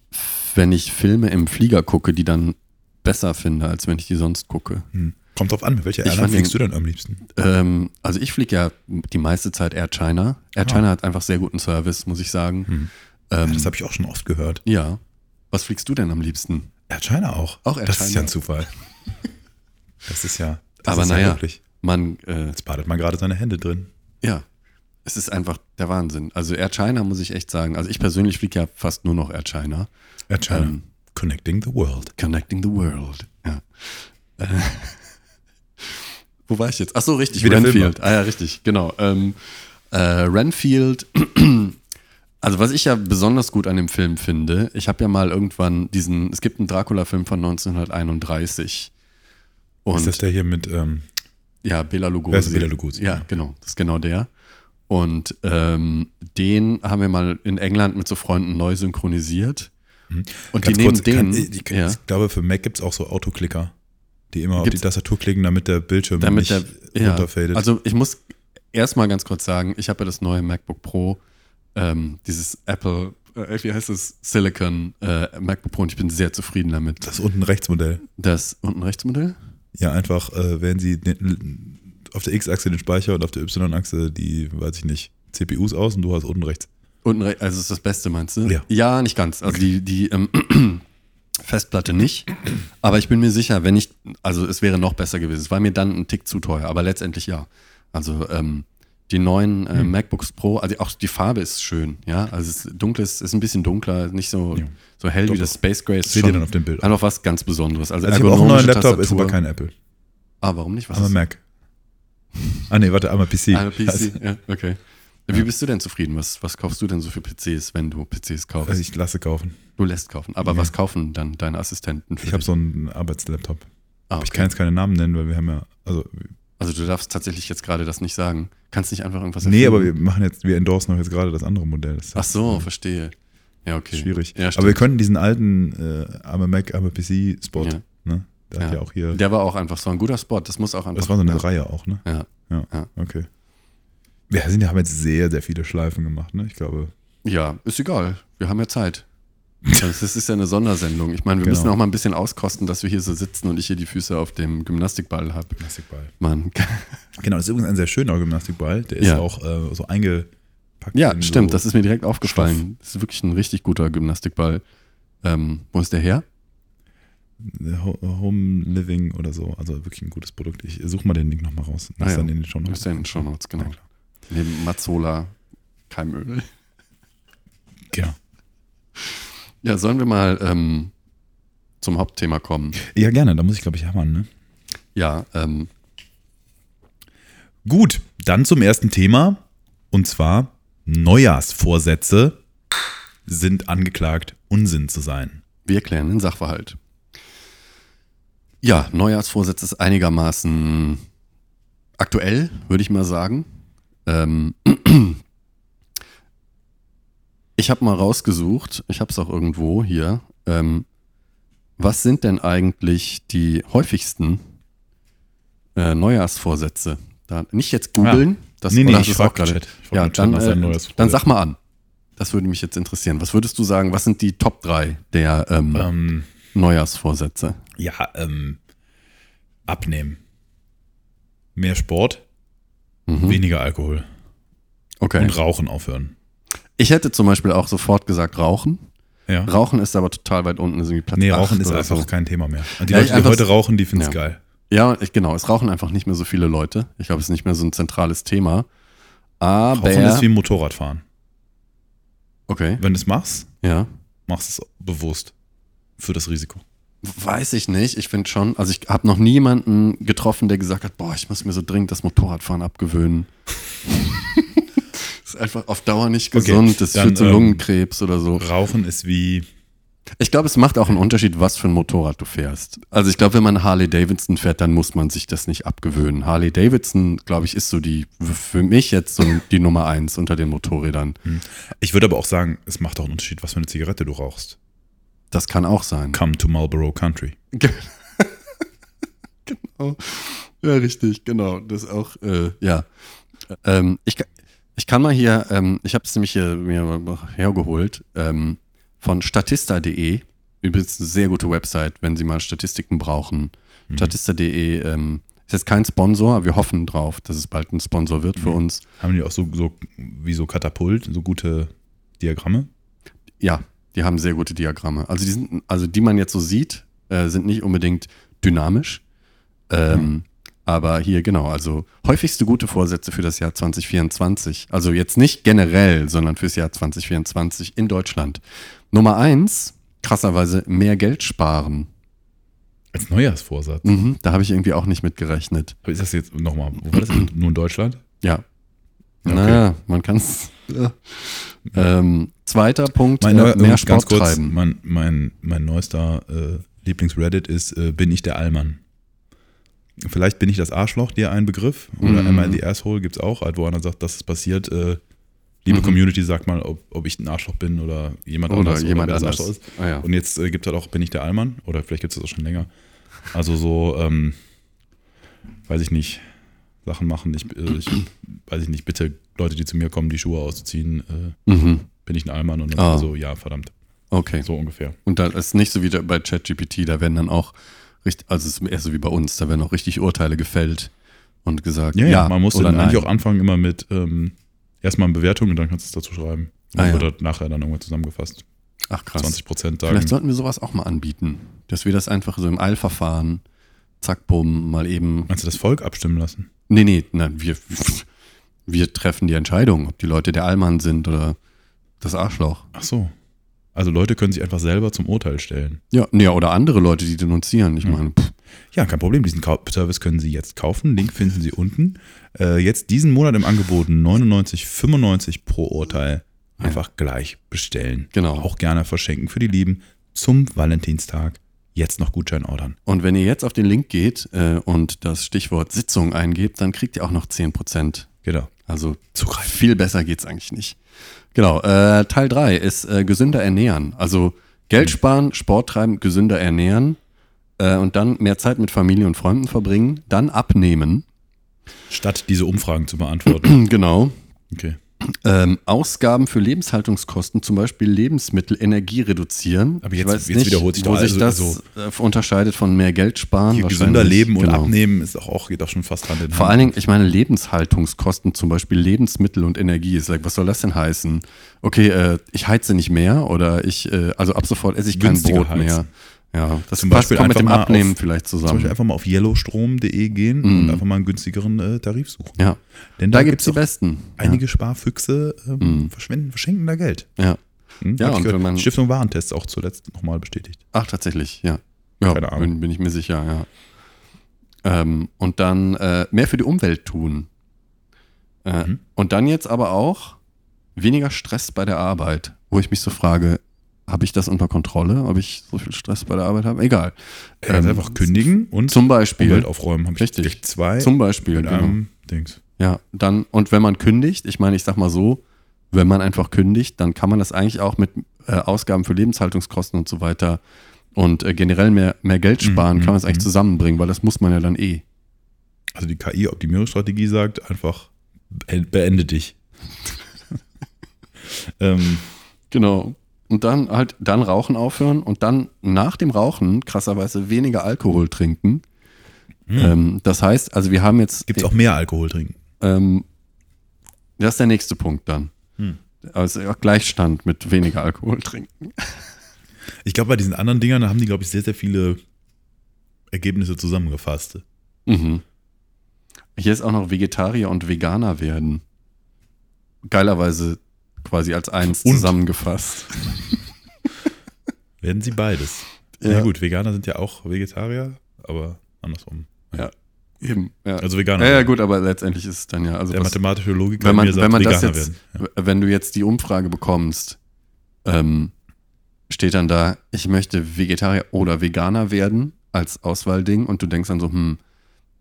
wenn ich Filme im Flieger gucke, die dann besser finde, als wenn ich die sonst gucke. Hm. Kommt drauf an, mit welcher Ich Airline fand fliegst du den- denn am liebsten? Ähm, also ich fliege ja die meiste Zeit Air China. Air China hat einfach sehr guten Service, muss ich sagen. Hm. Ähm, Das habe ich auch schon oft gehört. ja. Was fliegst du denn am liebsten? Erdscheiner auch. Auch Das ist Erdscheiner. ja ein Zufall. Das ist ja. Das Aber ist naja, wirklich. man, äh, Jetzt badet man gerade seine Hände drin. ja, es ist einfach der Wahnsinn. Also Erdscheiner muss ich echt sagen. Also ich persönlich fliege ja fast nur noch Erdscheiner. Erdscheiner. Ähm. Connecting the world. Connecting the World. Ja. Äh, Wo war ich jetzt? Ach so, richtig, Wie der Film Renfield. Ah ja, richtig, genau. Ähm, äh, Renfield. Also was ich ja besonders gut an dem Film finde, ich habe ja mal irgendwann diesen, es gibt einen Dracula-Film von 1931. Und ist das der hier mit, ähm, ja, Bela Lugosi. Das ist Bela Lugosi, Ja, ja. genau. Das ist genau der. Und ähm, den haben wir mal in England mit so Freunden neu synchronisiert. Und die Mhm. ganz nehmen kurz, den. kann- ich, ich, ja. glaube, für Mac gibt es auch so Autoklicker, die immer auf die Gibt's- Tastatur klicken, damit der Bildschirm damit der nicht ja, runterfadet. Also ich muss erstmal ganz kurz sagen, ich habe ja das neue MacBook Pro, ähm, dieses Apple, äh, wie heißt es, Silicon äh, MacBook Pro und ich bin sehr zufrieden damit. das unten rechts Modell. Das unten rechts Modell? Ja, einfach, äh, wenn sie den, auf der X-Achse den Speicher und auf der Y-Achse die, weiß ich nicht, CPUs aus und du hast unten rechts. Unten rechts, also ist das Beste, meinst du? Ja. Ja, nicht ganz. Also die, die ähm, Festplatte nicht. Aber ich bin mir sicher, wenn ich, also es wäre noch besser gewesen. Es war mir dann ein Tick zu teuer, aber letztendlich ja. Also ähm, die neuen äh, Hm. MacBooks Pro, also auch die Farbe ist schön, ja. Also es ist dunkles, ist ein bisschen dunkler, nicht so, Ja. so hell Doch, wie das Space Gray. ist Seht ihr schon- dann auf dem Bild. Hat auch was ganz Besonderes. Also, Also ich habe auch einen neuen ergonomische Laptop, ist Tastatur. aber kein Apple. Ah, warum nicht? Was Aber ist- Mac. Ah nee, warte, einmal PC. Ah, PC, Also, ja, okay. Wie bist du denn zufrieden? Was, was kaufst du denn so für PCs, wenn du PCs kaufst? also ich lasse kaufen. Du lässt kaufen. Aber Ja. was kaufen dann deine Assistenten für Ich habe dich? so einen Arbeitslaptop. ah, Ich okay. kann jetzt keine Namen nennen, weil wir haben ja, also Also du darfst tatsächlich jetzt gerade das nicht sagen. Kannst nicht einfach irgendwas nee, erfinden? aber wir machen jetzt, wir endorsen auch jetzt gerade das andere Modell. Das ist Ach so, verstehe. Ja, okay. schwierig. Ja, aber wir stimmt. können diesen alten äh, arme Mac, arme PC Spot, Ja. ne? Der hat Ja. ja auch hier. Der war auch einfach so ein guter Spot. Das muss auch einfach. das war so eine ja. Reihe auch, ne? Ja. Ja. Ja. Okay. Wir sind, haben jetzt sehr, sehr viele Schleifen gemacht, ne? Ich glaube. ja, ist egal. Wir haben ja Zeit. Das ist ja eine Sondersendung. Ich meine, wir Genau. müssen auch mal ein bisschen auskosten, dass wir hier so sitzen und ich hier die Füße auf dem Gymnastikball habe. Gymnastikball. Mann. Genau, das ist übrigens ein sehr schöner Gymnastikball. Der ist Ja. auch äh, so eingepackt. Ja, in stimmt. so, Das ist mir direkt aufgefallen. Das ist wirklich ein richtig guter Gymnastikball. Ähm, wo ist der her? Ho- Home Living oder so. Also wirklich ein gutes Produkt. Ich suche mal den Link nochmal raus. Ah, Das ist ja. dann in den Show Ist ja in den Show Notes, genau. Ja, klar. Neben Mazzola Keimöl. Ja. Ja, sollen wir mal ähm, zum Hauptthema kommen? ja, gerne. Da muss ich, glaube ich, hammern, ne? Ja, ähm, Gut, dann zum ersten Thema. Und zwar Neujahrsvorsätze sind angeklagt, Unsinn zu sein. wir klären den Sachverhalt. Ja, Neujahrsvorsitz ist einigermaßen aktuell, würde ich mal sagen. Ähm, ich habe mal rausgesucht, ich habe es auch irgendwo hier. Ähm, was sind denn eigentlich die häufigsten äh, Neujahrsvorsätze? Da, nicht jetzt googeln, das oder hast du es auch den gerade? Chat. Ah. Ich frag Ja, den Chat dann, nach seinen äh, Neujahrsvorsätzen. dann sag mal an. Das würde mich jetzt interessieren. Was würdest du sagen, was sind die Top 3 der ähm, Ähm, Neujahrsvorsätze? ja, ähm, abnehmen. Mehr Sport, Mhm. weniger Alkohol Okay. und Rauchen aufhören. Ich hätte zum Beispiel auch sofort gesagt Rauchen. Ja. Rauchen ist aber total weit unten, ist irgendwie Platz nee, acht Rauchen ist oder einfach so. kein Thema mehr. Und die Ja, ich Leute, die einfach- heute rauchen, die finden Ja. es geil. Ja, ich, genau. Es rauchen einfach nicht mehr so viele Leute. Ich glaube, es ist nicht mehr so ein zentrales Thema. Aber. Rauchen ist wie Motorradfahren. okay, Wenn du es machst, ja. machst du es bewusst für das Risiko. Weiß ich nicht. Ich finde schon, also ich habe noch niemanden getroffen, der gesagt hat, boah, ich muss mir so dringend das Motorradfahren abgewöhnen. ist einfach auf Dauer nicht Okay, gesund. das dann, führt zu ähm, Lungenkrebs oder so. Rauchen ist wie Ich glaube, es macht auch einen Unterschied, was für ein Motorrad du fährst. Also ich glaube, wenn man Harley Davidson fährt, dann muss man sich das nicht abgewöhnen. Harley Davidson, glaube ich, ist so die für mich jetzt so die Nummer eins unter den Motorrädern. Ich würde aber auch sagen, es macht auch einen Unterschied, was für eine Zigarette du rauchst. Das kann auch sein. Come to Marlboro Country. genau. Ja, richtig, genau. Das auch, äh, ja. Ähm, ich, ka- ich kann mal hier, ähm, ich habe es nämlich hier mir hergeholt, ähm, von statista.de. Übrigens eine sehr gute Website, wenn Sie mal Statistiken brauchen. Statista.de ähm, ist jetzt kein Sponsor, aber wir hoffen drauf, dass es bald ein Sponsor wird für uns. Haben die auch so, so wie so Katapult, so gute Diagramme? Ja, Die haben sehr gute Diagramme. Also die sind, also die man jetzt so sieht, äh, sind nicht unbedingt dynamisch. Ähm, Mhm. Aber hier genau, also häufigste gute Vorsätze für das Jahr 2024. Also jetzt nicht generell, sondern fürs Jahr 2024 in Deutschland. Nummer eins, krasserweise mehr Geld sparen. Als Neujahrsvorsatz. Mhm, da habe ich irgendwie auch nicht mit gerechnet. Aber ist das jetzt nochmal, wo war das denn? Nur in Deutschland? Ja. Ja, okay. Naja, man kann es. Ähm, zweiter Punkt, äh, Mein mehr neuer, und ganz Sport kurz, treiben. Mein, mein, mein neuester äh, Lieblings-Reddit ist, äh, bin ich der Allmann? Vielleicht bin ich das Arschloch, dir ein Begriff. Oder Mhm. einmal in the Asshole gibt es auch, halt, wo einer sagt, das ist passiert. Äh, liebe Mhm. Community, sag mal, ob, ob ich ein Arschloch bin oder jemand Oder anders. jemand wer das anders. Arschloch ist. Ah, ja. Und jetzt äh, gibt es halt auch, bin ich der Allmann? Oder vielleicht gibt es das auch schon länger. Also so, ähm, weiß ich nicht, Sachen machen. Ich, äh, ich, weiß ich nicht, bitte Leute, die zu mir kommen, die Schuhe auszuziehen. Äh, Mhm. bin ich ein Allmann? Und dann Ah. so, ja, verdammt. Okay. So ungefähr. Und da ist nicht so wie da- bei ChatGPT, da werden dann auch, richtig, also es ist eher so wie bei uns, da werden auch richtig Urteile gefällt und gesagt, ja, Ja, ja, man muss oder dann nein. eigentlich auch anfangen immer mit ähm, erstmal eine Bewertung und dann kannst du es dazu schreiben. Ah, Dann ja. wird das nachher dann irgendwann zusammengefasst. Ach krass. 20 Prozent sagen. Vielleicht sollten wir sowas auch mal anbieten, dass wir das einfach so im Eilverfahren, zack, bumm, mal eben. Meinst du das Volk abstimmen lassen? Nee, nee, nein, wir, wir treffen die Entscheidung, ob die Leute der Allmann sind oder das Arschloch. Ach so. Also Leute können sich einfach selber zum Urteil stellen. Ja, nee, oder andere Leute, die denunzieren. Ich meine, pff, Ja, kein Problem. Diesen Kau- Service können Sie jetzt kaufen. Link finden Sie unten. Äh, jetzt diesen Monat im Angebot 99,95 pro Urteil. Ah, Einfach gleich bestellen. Genau. Auch gerne verschenken für die Lieben zum Valentinstag. Jetzt noch Gutschein ordern. Und wenn ihr jetzt auf den Link geht äh, und das Stichwort Sitzung eingebt, dann kriegt ihr auch noch 10%. Genau. Also viel besser geht's eigentlich nicht. Genau, äh, Teil 3 ist äh, gesünder ernähren. Also Mhm. Geld sparen, Sport treiben, gesünder ernähren äh, und dann mehr Zeit mit Familie und Freunden verbringen, dann abnehmen. Statt diese Umfragen zu beantworten. genau. Okay. Ähm, Ausgaben für Lebenshaltungskosten, zum Beispiel Lebensmittel, Energie reduzieren. Aber jetzt- jetzt wiederholt sich wo doch sich das also äh, unterscheidet von mehr Geld sparen. Hier gesünder Wahrscheinlich, leben und genau. abnehmen ist auch- auch, geht auch schon fast Hand in Hand. Vor allen Dingen, ich meine, Lebenshaltungskosten, zum Beispiel Lebensmittel und Energie, ist like, was soll das denn heißen? Okay, äh, ich heize nicht mehr oder ich, äh, also ab sofort esse ich kein Günstiger Brot heizen. mehr. Ja, das Zum passt, Beispiel kommt mit einfach dem mal Abnehmen auf- vielleicht zum Beispiel zusammen. einfach mal auf yellowstrom.de gehen und einfach mal einen günstigeren äh, Tarif suchen. Mhm. Ja, Denn da, da, gibt's gibt's die gibt es Besten. Mhm. einige Sparfüchse, ähm, verschwenden, verschenken da Geld. Ja. ja. Hm? Ja, Hab ich und gehört. wenn man- Stiftung Warentests auch zuletzt nochmal bestätigt. Ach, tatsächlich, ja. Ja, Keine Ahnung. bin, bin ich mir sicher, ja. Ähm, und dann äh, mehr für die Umwelt tun. Äh, Mhm. Und dann jetzt aber auch weniger Stress bei der Arbeit, wo ich mich so frage, habe ich das unter Kontrolle, ob ich so viel Stress bei der Arbeit habe? Egal. Ja, Ähm, einfach kündigen und Zum Beispiel. Umwelt aufräumen. Hab ich Richtig. gleich zwei Zum Beispiel, mit genau. einem Dings. Ja, dann, und wenn man kündigt, ich meine, ich sag mal so, wenn man einfach kündigt, dann kann man das eigentlich auch mit äh, Ausgaben für Lebenshaltungskosten und so weiter und äh, generell mehr, mehr Geld sparen, Mhm, kann man es mhm. eigentlich zusammenbringen, weil das muss man ja dann eh. Also die KI-Optimierungsstrategie sagt einfach, be- beende dich. ähm, Genau. Und dann halt, dann Rauchen aufhören und dann nach dem Rauchen krasserweise weniger Alkohol trinken. Ähm, das heißt, also wir haben jetzt. Gibt es hm. Mhm. auch mehr Alkohol trinken? Ähm, das ist der nächste Punkt dann. Hm. Also ja, Gleichstand mit weniger Alkohol trinken. Ich glaube, bei diesen anderen Dingern da haben die, glaube ich, sehr, sehr viele Ergebnisse zusammengefasst. Mhm. Hier ist auch noch Vegetarier und Veganer werden. Geilerweise quasi als eins Und? zusammengefasst. Werden sie beides. Ja. Na gut, Veganer sind ja auch Vegetarier, aber andersrum. eben. Ja. Also Veganer. ja, ja, gut, aber letztendlich ist es dann ja. Also Der was- mathematische Logiker wenn man, mir sagt, wenn man Veganer das jetzt, werden. wenn du jetzt die Umfrage bekommst, ähm, steht dann da, ich möchte Vegetarier oder Veganer werden als Auswahlding und du denkst dann so, hm,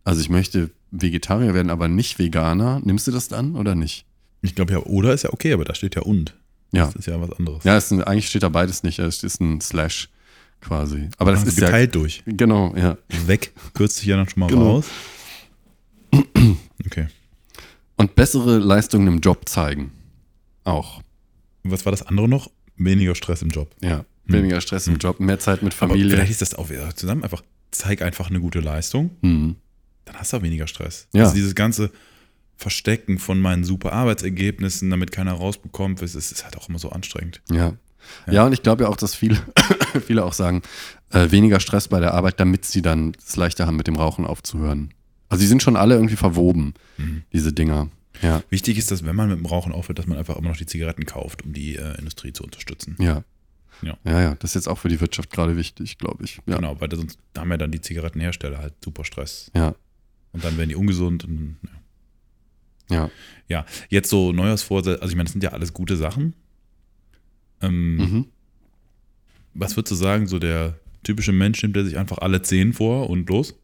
also ich möchte Vegetarier werden, aber nicht Veganer. Nimmst du das dann oder nicht? Ich glaube ja, oder ist ja okay, aber da steht ja und. Ja, Das ist ja was anderes. ja, ist ein, eigentlich steht da beides nicht. Es ist ein Slash quasi. Aber das Also ist ja geteilt durch. genau, ja. Weg kürzt sich ja dann schon mal Genau. raus. Okay. Und bessere Leistungen im Job zeigen. Auch. Was war das andere noch? Weniger Stress im Job. Ja. Weniger Stress im Job, mehr Zeit mit Hm. Aber Familie. vielleicht ist das auch wieder zusammen. Einfach zeig einfach eine gute Leistung. Hm. dann hast du auch weniger Stress. Ja. Also dieses ganze Verstecken von meinen super Arbeitsergebnissen, damit keiner rausbekommt, es ist, ist halt auch immer so anstrengend. Ja. Ja, und ich glaube ja auch, dass viele, viele auch sagen, äh, weniger Stress bei der Arbeit, damit sie dann es leichter haben, mit dem Rauchen aufzuhören. Also die sind schon alle irgendwie verwoben, Mhm. diese Dinger. Ja, Wichtig ist, dass wenn man mit dem Rauchen aufhört, dass man einfach immer noch die Zigaretten kauft, um die äh, Industrie zu unterstützen. ja. Ja. ja, ja. Das ist jetzt auch für die Wirtschaft gerade wichtig, glaube ich. Ja. Genau, weil sonst haben ja dann die Zigarettenhersteller halt super Stress. Ja. Und dann werden die ungesund. Und, Ja. ja, jetzt so Neujahrsvorsätze, also ich meine, das sind ja alles gute Sachen. Ähm, Mhm. Was würdest du sagen, so der typische Mensch nimmt der sich einfach alle zehn vor und los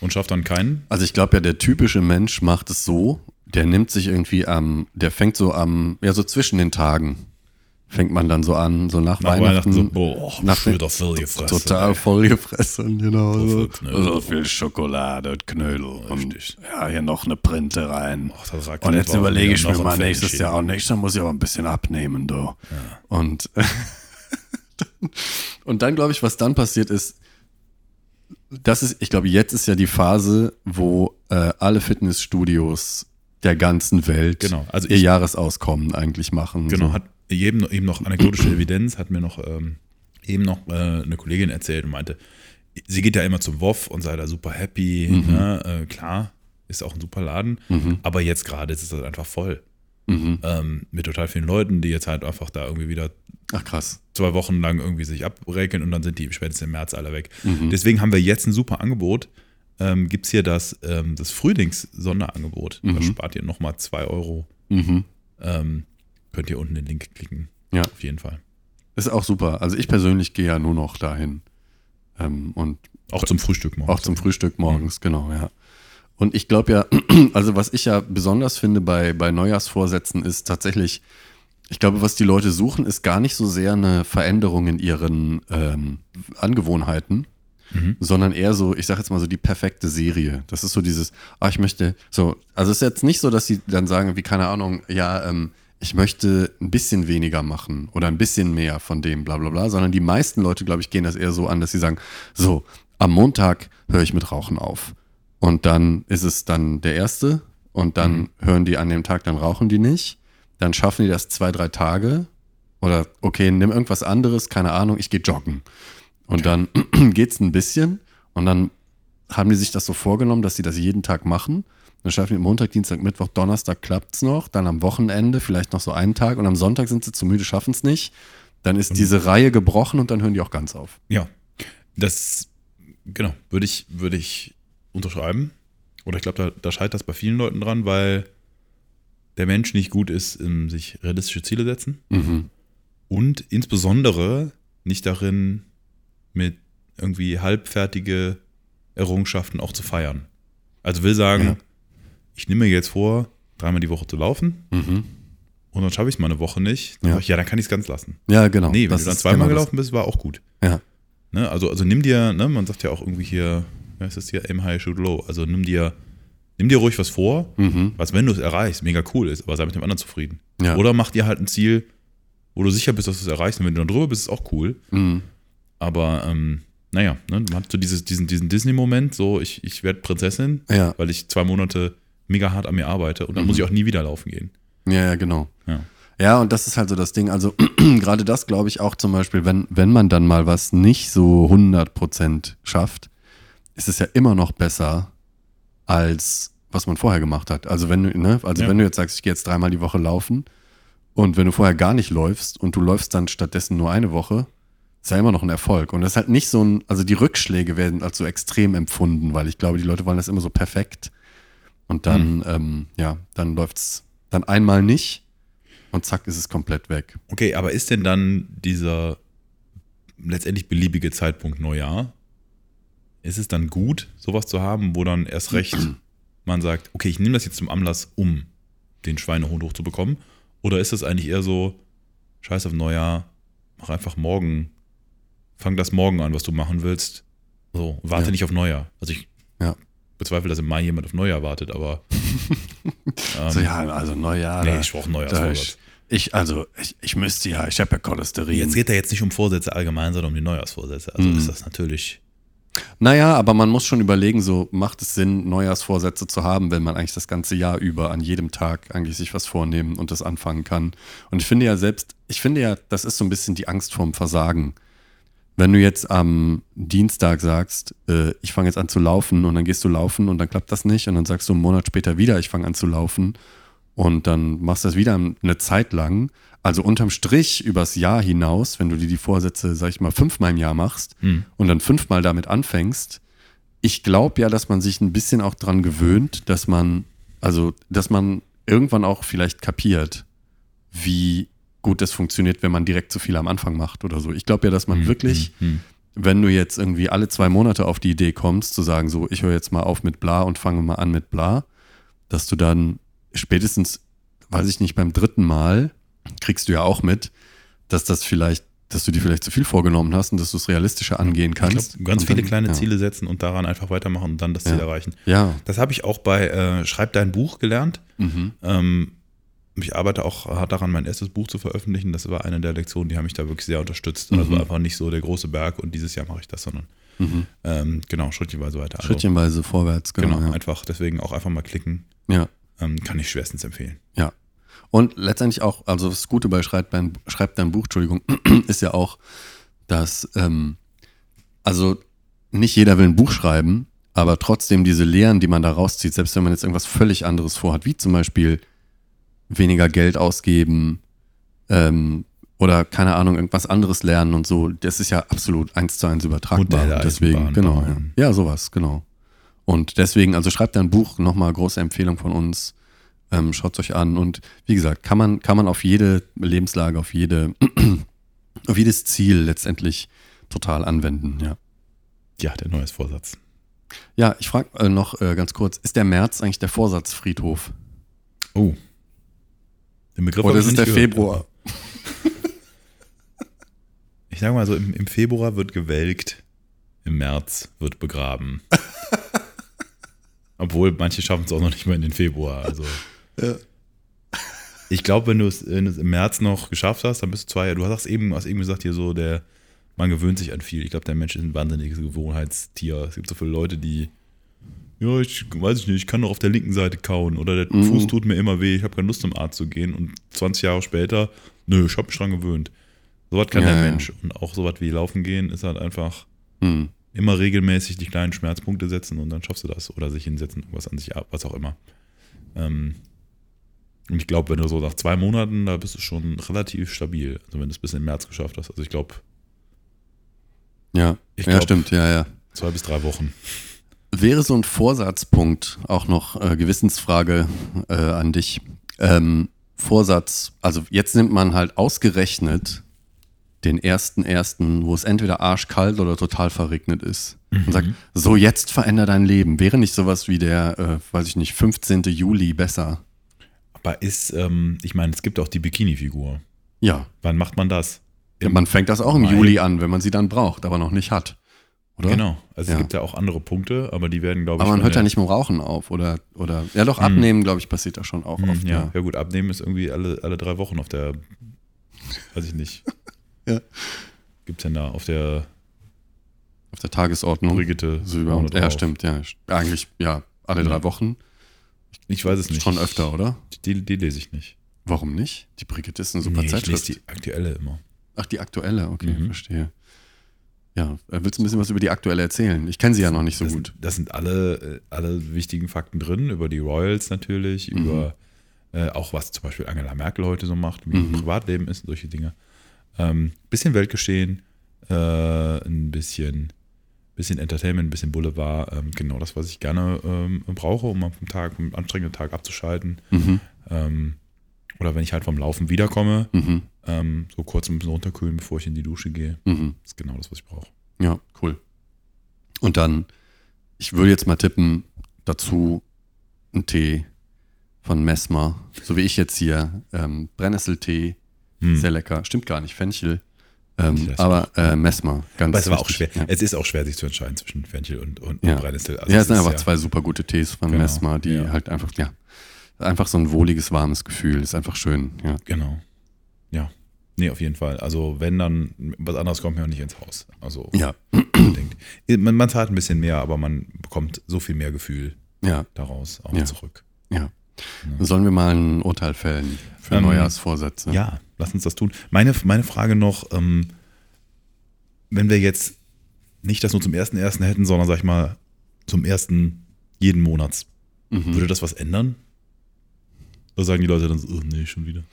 und schafft dann keinen? Also ich glaube ja, der typische Mensch macht es so, der nimmt sich irgendwie am, der fängt so am, ja, so zwischen den Tagen fängt man dann so an, so nach, Nach Weihnachten, Weihnachten. so, boah, nach- schon wieder voll gefressen. Total voll gefressen, genau. So So, viel Knödel. so viel Schokolade und Knödel. Richtig. Und, ja, hier noch eine Printe rein. Och, das sagt Und mir jetzt aber überlege wieder ich noch mir ein mal nächstes Fähnchen. Jahr. Und nächstes Jahr muss ich aber ein bisschen abnehmen, du. Und, und dann glaube ich, was dann passiert ist, das ist, ich glaube, jetzt ist ja die Phase, wo äh, alle Fitnessstudios der ganzen Welt Genau, also ihr ich- Jahresauskommen eigentlich machen. Genau, so. hat eben, eben noch anekdotische Evidenz, hat mir noch ähm, eben noch äh, eine Kollegin erzählt und meinte, sie geht ja immer zum WOF und sei da super happy. Mhm. Ne? Äh, klar, ist auch ein super Laden, aber jetzt gerade ist es halt einfach voll. Mhm. Ähm, mit total vielen Leuten, die jetzt halt einfach da irgendwie wieder Ach krass. zwei Wochen lang irgendwie sich abräkeln und dann sind die spätestens im März alle weg. Mhm, Deswegen haben wir jetzt ein super Angebot. Ähm, Gibt es hier das, ähm, das Frühlings-Sonderangebot. Da Mhm. spart ihr nochmal 2 Euro. Mhm. Ähm, könnt ihr unten den Link klicken. Ja. Auf jeden Fall. Ist auch super. Also ich persönlich gehe ja nur noch dahin. Ähm, und Auch zum Frühstück morgen. Auch zum Frühstück morgens, genau, ja. Und ich glaube ja, also was ich ja besonders finde bei, bei Neujahrsvorsätzen ist tatsächlich, ich glaube, was die Leute suchen, ist gar nicht so sehr eine Veränderung in ihren ähm, Angewohnheiten, Mhm. sondern eher so, ich sage jetzt mal so die perfekte Serie. Das ist so dieses, ah, ich möchte, so, also es ist jetzt nicht so, dass sie dann sagen, wie keine Ahnung, ja, ähm, ich möchte ein bisschen weniger machen oder ein bisschen mehr von dem, bla bla bla, sondern die meisten Leute, glaube ich, gehen das eher so an, dass sie sagen, so, am Montag höre ich mit Rauchen auf. Und dann ist es dann der erste und dann hören die an dem Tag, dann rauchen die nicht. Dann schaffen die das zwei, drei Tage oder okay, nimm irgendwas anderes, keine Ahnung, ich gehe joggen. Und dann geht's ein bisschen und dann haben die sich das so vorgenommen, dass sie das jeden Tag machen. Dann schaffen die Montag, Dienstag, Mittwoch, Donnerstag klappt's noch, dann am Wochenende vielleicht noch so einen Tag und am Sonntag sind sie zu müde, schaffen's nicht. Dann Mhm. ist diese Reihe gebrochen und dann hören die auch ganz auf. Ja. Das, genau, würde ich, würde ich unterschreiben. Oder ich glaube, da, da scheitert das bei vielen Leuten dran, weil der Mensch nicht gut ist, im sich realistische Ziele setzen. Mhm. und insbesondere nicht darin, mit irgendwie halbfertige Errungenschaften auch zu feiern. Also will sagen, Ja. ich nehme mir jetzt vor, dreimal die Woche zu laufen Mhm. und dann schaffe ich es mal eine Woche nicht. Dann Ja. sag ich, ja, dann kann ich es ganz lassen. Ja, genau. nee, wenn Das du dann ist zweimal genau das. gelaufen bist, war auch gut. Ja. Ne? Also, also nimm dir, ne, man sagt ja auch irgendwie hier, was ist das hier, aim high, shoot low. Also nimm dir, nimm dir ruhig was vor, Mhm. was, wenn du es erreichst, mega cool ist, aber sei mit dem anderen zufrieden. Ja. Oder mach dir halt ein Ziel, wo du sicher bist, dass du es erreichst. Und wenn du dann drüber bist, ist auch cool. Mhm. Aber ähm, naja, ne, man hat so dieses, diesen, diesen Disney-Moment, so ich, ich werde Prinzessin, Ja. weil ich zwei Monate mega hart an mir arbeite und dann Mhm. muss ich auch nie wieder laufen gehen. ja, ja, genau. Ja. Ja, und das ist halt so das Ding. Also gerade das glaube ich auch zum Beispiel, wenn, wenn man dann mal was nicht so 100% schafft, ist es ja immer noch besser als was man vorher gemacht hat. Also wenn du, ne, also Ja. wenn du jetzt sagst, ich gehe jetzt dreimal die Woche laufen und wenn du vorher gar nicht läufst und du läufst dann stattdessen nur eine Woche, ist ja immer noch ein Erfolg. Und das ist halt nicht so ein, also die Rückschläge werden als so extrem empfunden, weil ich glaube, die Leute wollen das immer so perfekt. Und dann, ähm, ja, dann läuft's dann einmal nicht und zack ist es komplett weg. Okay, aber ist denn dann dieser letztendlich beliebige Zeitpunkt Neujahr, ist es dann gut, sowas zu haben, wo dann erst recht man sagt, okay, ich nehme das jetzt zum Anlass, um den Schweinehund hochzubekommen? Oder ist das eigentlich eher so, scheiß auf Neujahr, mach einfach morgen, fang das morgen an, was du machen willst. So, warte Ja. nicht auf Neujahr. Also ich Ja. bezweifle, dass im Mai jemand auf Neujahr wartet, aber ähm, so, ja, also Neujahr. nee, da- ich brauche da Neujahrsvorsatz. ich, ich, also ich, ich müsste ja, ich habe ja Cholesterin. Jetzt geht er jetzt nicht um Vorsätze allgemein, sondern um die Neujahrsvorsätze. Also Mhm. ist das natürlich. Naja, aber man muss schon überlegen, so macht es Sinn, Neujahrsvorsätze zu haben, wenn man eigentlich das ganze Jahr über an jedem Tag eigentlich sich was vornehmen und das anfangen kann. Und ich finde ja selbst, ich finde ja, das ist so ein bisschen die Angst vorm Versagen. Wenn du jetzt am Dienstag sagst, äh, ich fange jetzt an zu laufen und dann gehst du laufen und dann klappt das nicht und dann sagst du einen Monat später wieder, ich fange an zu laufen und dann machst du das wieder eine Zeit lang. Also unterm Strich übers Jahr hinaus, wenn du dir die Vorsätze, sag ich mal, fünfmal im Jahr machst Hm. und dann fünfmal damit anfängst, ich glaube ja, dass man sich ein bisschen auch dran gewöhnt, dass man, also, dass man irgendwann auch vielleicht kapiert, wie gut das funktioniert, wenn man direkt zu viel am Anfang macht oder so. Ich glaube ja, dass man Hm, wirklich hm, hm. wenn du jetzt irgendwie alle zwei Monate auf die Idee kommst, zu sagen, so, ich höre jetzt mal auf mit bla und fange mal an mit bla, dass du dann spätestens, weiß ich nicht, beim dritten Mal kriegst du ja auch mit, dass das vielleicht, dass du dir vielleicht zu viel vorgenommen hast und dass du es realistischer angehen Ich kannst. glaub, ganz Und viele dann- kleine ja. Ziele setzen und daran einfach weitermachen und dann das Ziel Ja. erreichen. Ja. Das habe ich auch bei äh, Schreib dein Buch gelernt. Mhm. Ähm, ich arbeite auch hart daran, mein erstes Buch zu veröffentlichen. Das war eine der Lektionen, die haben mich da wirklich sehr unterstützt. Also Mhm. einfach nicht so der große Berg und dieses Jahr mache ich das, sondern Mhm. ähm, genau, schrittchenweise weiter. Also, Schrittchenweise vorwärts, Genau, genau. ja. einfach deswegen auch einfach mal klicken. ja. Ähm, kann ich schwerstens empfehlen. Ja. Und letztendlich auch, also das Gute bei Schreibt dein, Schreibt dein Buch, Entschuldigung, ist ja auch, dass, ähm, also nicht jeder will ein Buch schreiben, aber trotzdem diese Lehren, die man da rauszieht, selbst wenn man jetzt irgendwas völlig anderes vorhat, wie zum Beispiel weniger Geld ausgeben ähm, oder keine Ahnung, irgendwas anderes lernen und so, das ist ja absolut eins zu eins übertragbar. Modelle, Und deswegen, Eisenbahn genau, bauen. ja. ja, sowas, genau. Und deswegen, also schreibt ein Buch, nochmal große Empfehlung von uns. Ähm, Schaut euch an. Und wie gesagt, kann man, kann man auf jede Lebenslage, auf, jede, auf jedes Ziel letztendlich total anwenden. Ja, Ja, der neues Vorsatz. ja ich frage äh, noch äh, ganz kurz, ist der März eigentlich der Vorsatzfriedhof? Oh. Den Begriff Oder hab Oh, ist ich es noch der nicht gehört. Februar? Ich sage mal so, im, im Februar wird gewelkt, im März wird begraben. Obwohl, manche schaffen es auch noch nicht mal in den Februar. Also. Ja. Ich glaube, wenn du es wenn du es im März noch geschafft hast, dann bist du zwei Jahre. Du hast eben, hast eben gesagt, hier so, der, man gewöhnt sich an viel. Ich glaube, der Mensch ist ein wahnsinniges Gewohnheitstier. Es gibt so viele Leute, die, ja, ich weiß ich nicht, ich kann doch auf der linken Seite kauen oder der Mhm. Fuß tut mir immer weh, ich habe keine Lust zum Arzt zu gehen. Und 20 Jahre später, nö, ich habe mich dran gewöhnt. Sowas kann Ja, der ja. Mensch. Und auch sowas wie Laufen gehen ist halt einfach Hm. immer regelmäßig die kleinen Schmerzpunkte setzen und dann schaffst du das. Oder sich hinsetzen, irgendwas an sich ab, was auch immer. Ähm, und ich glaube, wenn du so nach zwei Monaten, da bist du schon relativ stabil. Also wenn du es bis im März geschafft hast. Also ich glaube, Ja, Ich ja glaub- stimmt, ja, ja. zwei bis drei Wochen. Wäre so ein Vorsatzpunkt auch noch äh, Gewissensfrage äh, an dich? Ähm, Vorsatz, also jetzt nimmt man halt ausgerechnet den ersten ersten, wo es entweder arschkalt oder total verregnet ist und sagt, Mhm. so jetzt veränder dein Leben. Wäre nicht sowas wie der, äh, weiß ich nicht, 15. Juli besser? Aber ist, ähm, ich meine, es gibt auch die Bikini-Figur. Ja, Wann macht man das? Im- man fängt das auch im Mai. Juli an, wenn man sie dann braucht, aber noch nicht hat. Oder? Genau. Also es Ja. gibt ja auch andere Punkte, aber die werden, glaube ich. Aber man von hört der- ja nicht mit dem Rauchen auf oder, oder ja doch, abnehmen, glaube ich, passiert da schon auch Hm, oft. ja. ja. gut, abnehmen ist irgendwie alle, alle drei Wochen auf der, weiß ich nicht. Ja. Gibt's denn da auf der Auf der Tagesordnung. Brigitte? Silber vorne und Hm. Ja, drauf? stimmt, ja. Eigentlich, ja, alle Ja. drei Wochen. Hm. Ich weiß es nicht. Schon öfter, oder? Die, die lese ich nicht. Warum nicht? Die Brigitte ist eine super Nee, ich lese Zeitschrift. die aktuelle immer. Ach, die aktuelle, okay, Mhm. verstehe. Ja, äh, willst du ein bisschen was über die aktuelle erzählen? Ich kenne sie ja noch nicht so das, gut. Das sind alle, äh, alle wichtigen Fakten drin, über die Royals natürlich, Mhm. über äh, auch was zum Beispiel Angela Merkel heute so macht, wie ihr Mhm. Privatleben ist und solche Dinge. Ähm, bisschen Weltgeschehen, äh, ein bisschen, bisschen Entertainment, ein bisschen Boulevard. Ähm, genau das, was ich gerne ähm, brauche, um mal vom Tag, vom anstrengenden Tag abzuschalten. Mhm. Ähm, oder wenn ich halt vom Laufen wiederkomme, Mhm. ähm, so kurz ein bisschen runterkühlen, bevor ich in die Dusche gehe. Mhm. Das ist genau das, was ich brauche. Ja, cool. Und dann, ich würde jetzt mal tippen, dazu ein Tee von Messmer, so wie ich jetzt hier. Ähm, Brennnesseltee, Hm. sehr lecker. Stimmt gar nicht, Fenchel. Ich Ähm, weiß aber äh, Messmer, ganz Aber es war auch wichtig. schwer. Ja. Es ist auch schwer, sich zu entscheiden zwischen Fenchel und, und, Ja. und Brennnessel. Also ja, es es sind ist einfach zwei super gute Tees von Genau, Messmer, die ja. halt einfach, ja, einfach so ein wohliges, warmes Gefühl. Ist einfach schön, ja. Genau. Ja. Nee, auf jeden Fall. Also wenn, dann was anderes kommt mir auch nicht ins Haus. Also Ja, denkt. Man, man zahlt ein bisschen mehr, aber man bekommt so viel mehr Gefühl ja, daraus auch Ja. zurück. ja. Sollen wir mal ein Urteil fällen für Ähm, Neujahrsvorsätze? Ja, lass uns das tun. Meine, meine Frage noch, ähm, wenn wir jetzt nicht das nur zum ersten ersten hätten, sondern sag ich mal zum ersten jeden Monats, Mhm. würde das was ändern? Oder sagen die Leute dann so, oh, nee, schon wieder?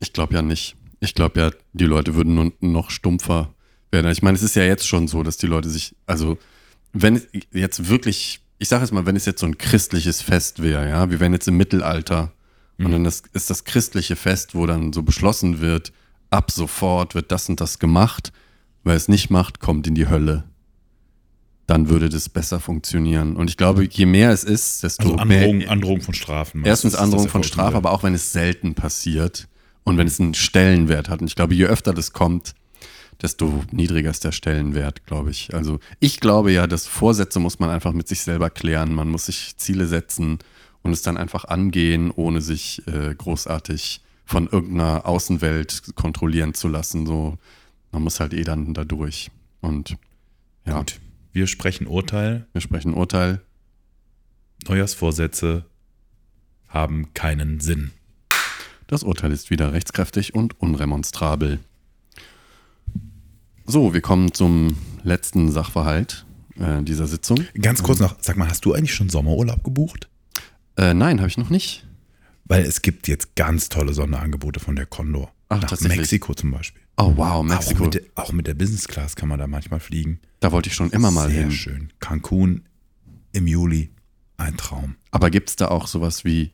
Ich glaube ja nicht. Ich glaube ja, die Leute würden nun noch stumpfer werden. Also Ich meine, es ist ja jetzt schon so, dass die Leute sich, also wenn jetzt wirklich, ich sage jetzt mal, wenn es jetzt so ein christliches Fest wäre, ja, wir wären jetzt im Mittelalter und Mhm. dann ist, ist das christliche Fest, wo dann so beschlossen wird, ab sofort wird das und das gemacht, wer es nicht macht, kommt in die Hölle. Dann würde das besser funktionieren. Und ich glaube, je mehr es ist, desto Also mehr, Androhung, Androhung von Strafen. meinst du, Erstens dass das Androhung von erfolgen Strafe, würde? aber auch wenn es selten passiert und wenn es einen Stellenwert hat. Und ich glaube, je öfter das kommt, desto niedriger ist der Stellenwert, glaube ich. Also ich glaube ja, dass Vorsätze muss man einfach mit sich selber klären. Man muss sich Ziele setzen und es dann einfach angehen, ohne sich äh, großartig von irgendeiner Außenwelt kontrollieren zu lassen. So, man muss halt eh dann da durch. Und ja, Gut. Wir sprechen Urteil. wir sprechen Urteil. Neujahrsvorsätze haben keinen Sinn. Das Urteil ist wieder rechtskräftig und unremonstrabel. So, wir kommen zum letzten Sachverhalt äh, dieser Sitzung. Ganz kurz noch, sag mal, hast du eigentlich schon Sommerurlaub gebucht? Äh, nein, habe ich noch nicht. Weil es gibt jetzt ganz tolle Sonderangebote von der Condor. Ach, Nach tatsächlich? Mexiko zum Beispiel. Oh wow, Auch, Mexiko. mit der, auch mit der Business Class kann man da manchmal fliegen. Da wollte ich schon immer mal Sehr hin. schön. Cancun im Juli, ein Traum. Aber gibt es da auch sowas wie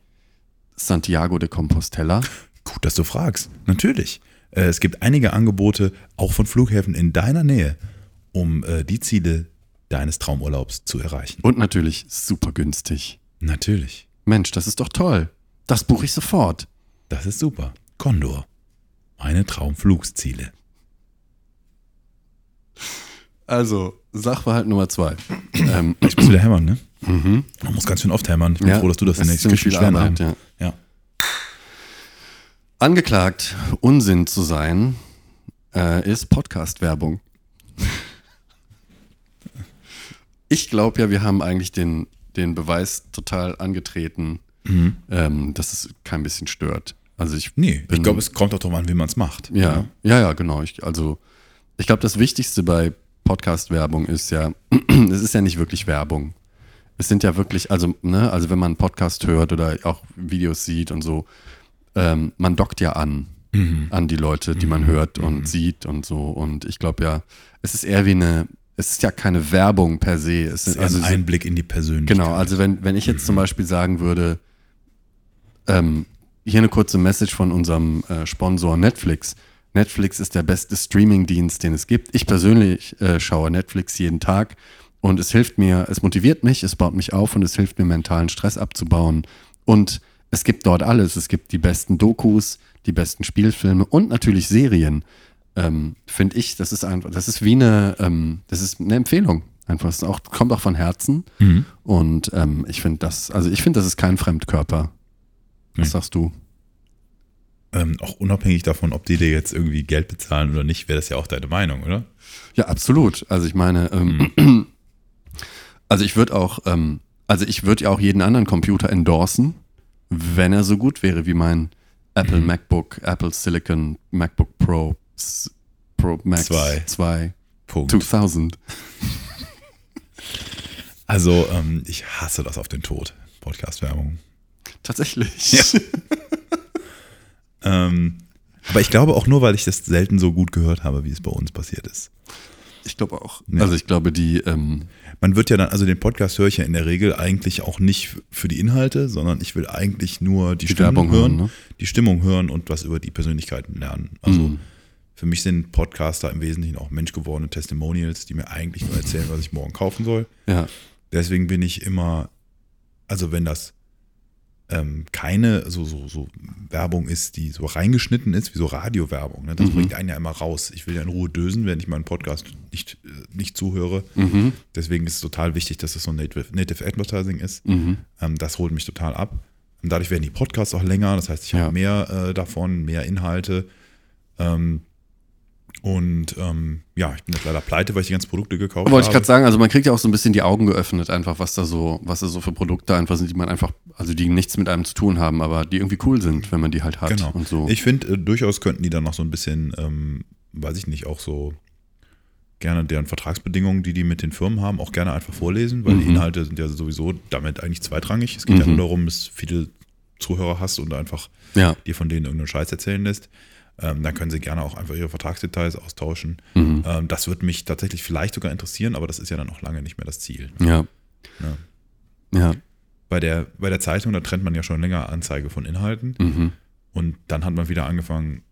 Santiago de Compostela? Gut, dass du fragst. Natürlich. Äh, Es gibt einige Angebote, auch von Flughäfen in deiner Nähe, um äh, die Ziele deines Traumurlaubs zu erreichen. Und natürlich super günstig. Natürlich. Mensch, das ist doch toll. Das buche ich sofort. Das ist super. Condor. Meine Traumflugsziele. Also, Sachverhalt Nummer zwei. ähm, Ich muss wieder hämmern, ne? mhm. Man muss ganz schön oft hämmern. Ich bin froh, dass du das in ist der ziemlich viel Küchenschwerne Arbeit, ja. Ja. Angeklagt, Unsinn zu sein, äh, ist Podcast-Werbung. Ich glaube ja, wir haben eigentlich den, den Beweis total angetreten, Mhm. ähm, dass es kein bisschen stört. Also ich Nee, ich Bin- glaube, es kommt auch darauf an, wie man es macht. ne? ja, ja, ja, genau. Ich, also, ich glaube, das Wichtigste bei Podcast-Werbung ist ja, es ist ja nicht wirklich Werbung. Es sind ja wirklich, also, ne, also wenn man einen Podcast hört oder auch Videos sieht und so, ähm, man dockt ja an, an die Leute, die man hört und sieht und so. Und ich glaube ja, es ist eher wie eine, es ist ja keine Werbung per se. Es Das ist, ist also also, ein es ist Einblick in die Persönlichkeit. Genau, also wenn, wenn ich jetzt zum Beispiel sagen würde, ähm, hier eine kurze Message von unserem äh, Sponsor Netflix. Netflix ist der beste Streaming-Dienst, den es gibt. Ich persönlich äh, schaue Netflix jeden Tag und es hilft mir, es motiviert mich, es baut mich auf und es hilft mir, mentalen Stress abzubauen. Und es gibt dort alles. Es gibt die besten Dokus, die besten Spielfilme und natürlich Serien. Ähm, Finde ich, das ist einfach, das ist wie eine, ähm, das ist eine Empfehlung. Einfach, es ist auch, kommt auch von Herzen. Mhm. Und ähm, ich finde das, also ich finde, das ist kein Fremdkörper. Was Nee. sagst du? Ähm, auch unabhängig davon, ob die dir jetzt irgendwie Geld bezahlen oder nicht, wäre das ja auch deine Meinung, oder? Ja, absolut. Also ich meine, ähm, Mhm. also ich würde auch, ähm, also ich würde ja auch jeden anderen Computer endorsen, wenn er so gut wäre wie mein Apple Mhm. MacBook, Apple Silicon, MacBook Pro, S- Pro Max Zwei. 2 Punkt. 2000. Also, ähm, ich hasse das auf den Tod. Podcast-Werbung. Tatsächlich. Ja. Ähm, aber ich glaube auch nur, weil ich das selten so gut gehört habe, wie es bei uns passiert ist. Ich glaube auch. Ja. Also ich glaube, die, ähm, Man wird ja dann, also den Podcast höre ich ja in der Regel eigentlich auch nicht für die Inhalte, sondern ich will eigentlich nur die, Die Stimmung Werbung hören, hören, ne? die Stimmung hören und was über die Persönlichkeiten lernen. Also Mhm. für mich sind Podcaster im Wesentlichen auch menschgewordene Testimonials, die mir eigentlich nur erzählen, was ich morgen kaufen soll. ja. Deswegen bin ich immer, also wenn das ähm, keine so, so, so Werbung ist, die so reingeschnitten ist, wie so Radiowerbung, ne? das Mhm. bringt einen ja immer raus. Ich will ja in Ruhe dösen, wenn ich meinen Podcast nicht, äh, nicht zuhöre. Mhm. Deswegen ist es total wichtig, dass es so Native, Native Advertising ist. Mhm. Ähm, das holt mich total ab. Ähm, Und dadurch werden die Podcasts auch länger. Das heißt, ich Ja. habe mehr äh, davon, mehr Inhalte. Ähm, und ähm, ja, ich bin jetzt leider pleite, weil ich die ganzen Produkte gekauft Wollte ich habe. gerade sagen, also man kriegt ja auch so ein bisschen die Augen geöffnet, einfach, was da so, was da so für Produkte einfach sind, die man einfach, also die nichts mit einem zu tun haben, aber die irgendwie cool sind, wenn man die halt hat. Genau. Und so. Ich finde, äh, durchaus könnten die dann noch so ein bisschen, ähm, weiß ich nicht, auch so gerne deren Vertragsbedingungen, die die mit den Firmen haben, auch gerne einfach vorlesen, weil die Mhm. Inhalte sind ja sowieso damit eigentlich zweitrangig. Es geht ja Mhm. nur darum, dass viele Zuhörer hast und einfach ja. dir von denen irgendeinen Scheiß erzählen lässt. Ähm, dann können sie gerne auch einfach ihre Vertragsdetails austauschen. Mhm. Ähm, das wird mich tatsächlich vielleicht sogar interessieren, aber das ist ja dann auch lange nicht mehr das Ziel. Ja. Ja. Ja. Bei der, bei der Zeitung, da trennt man ja schon länger Anzeige von Inhalten. Mhm. Und dann hat man wieder angefangen,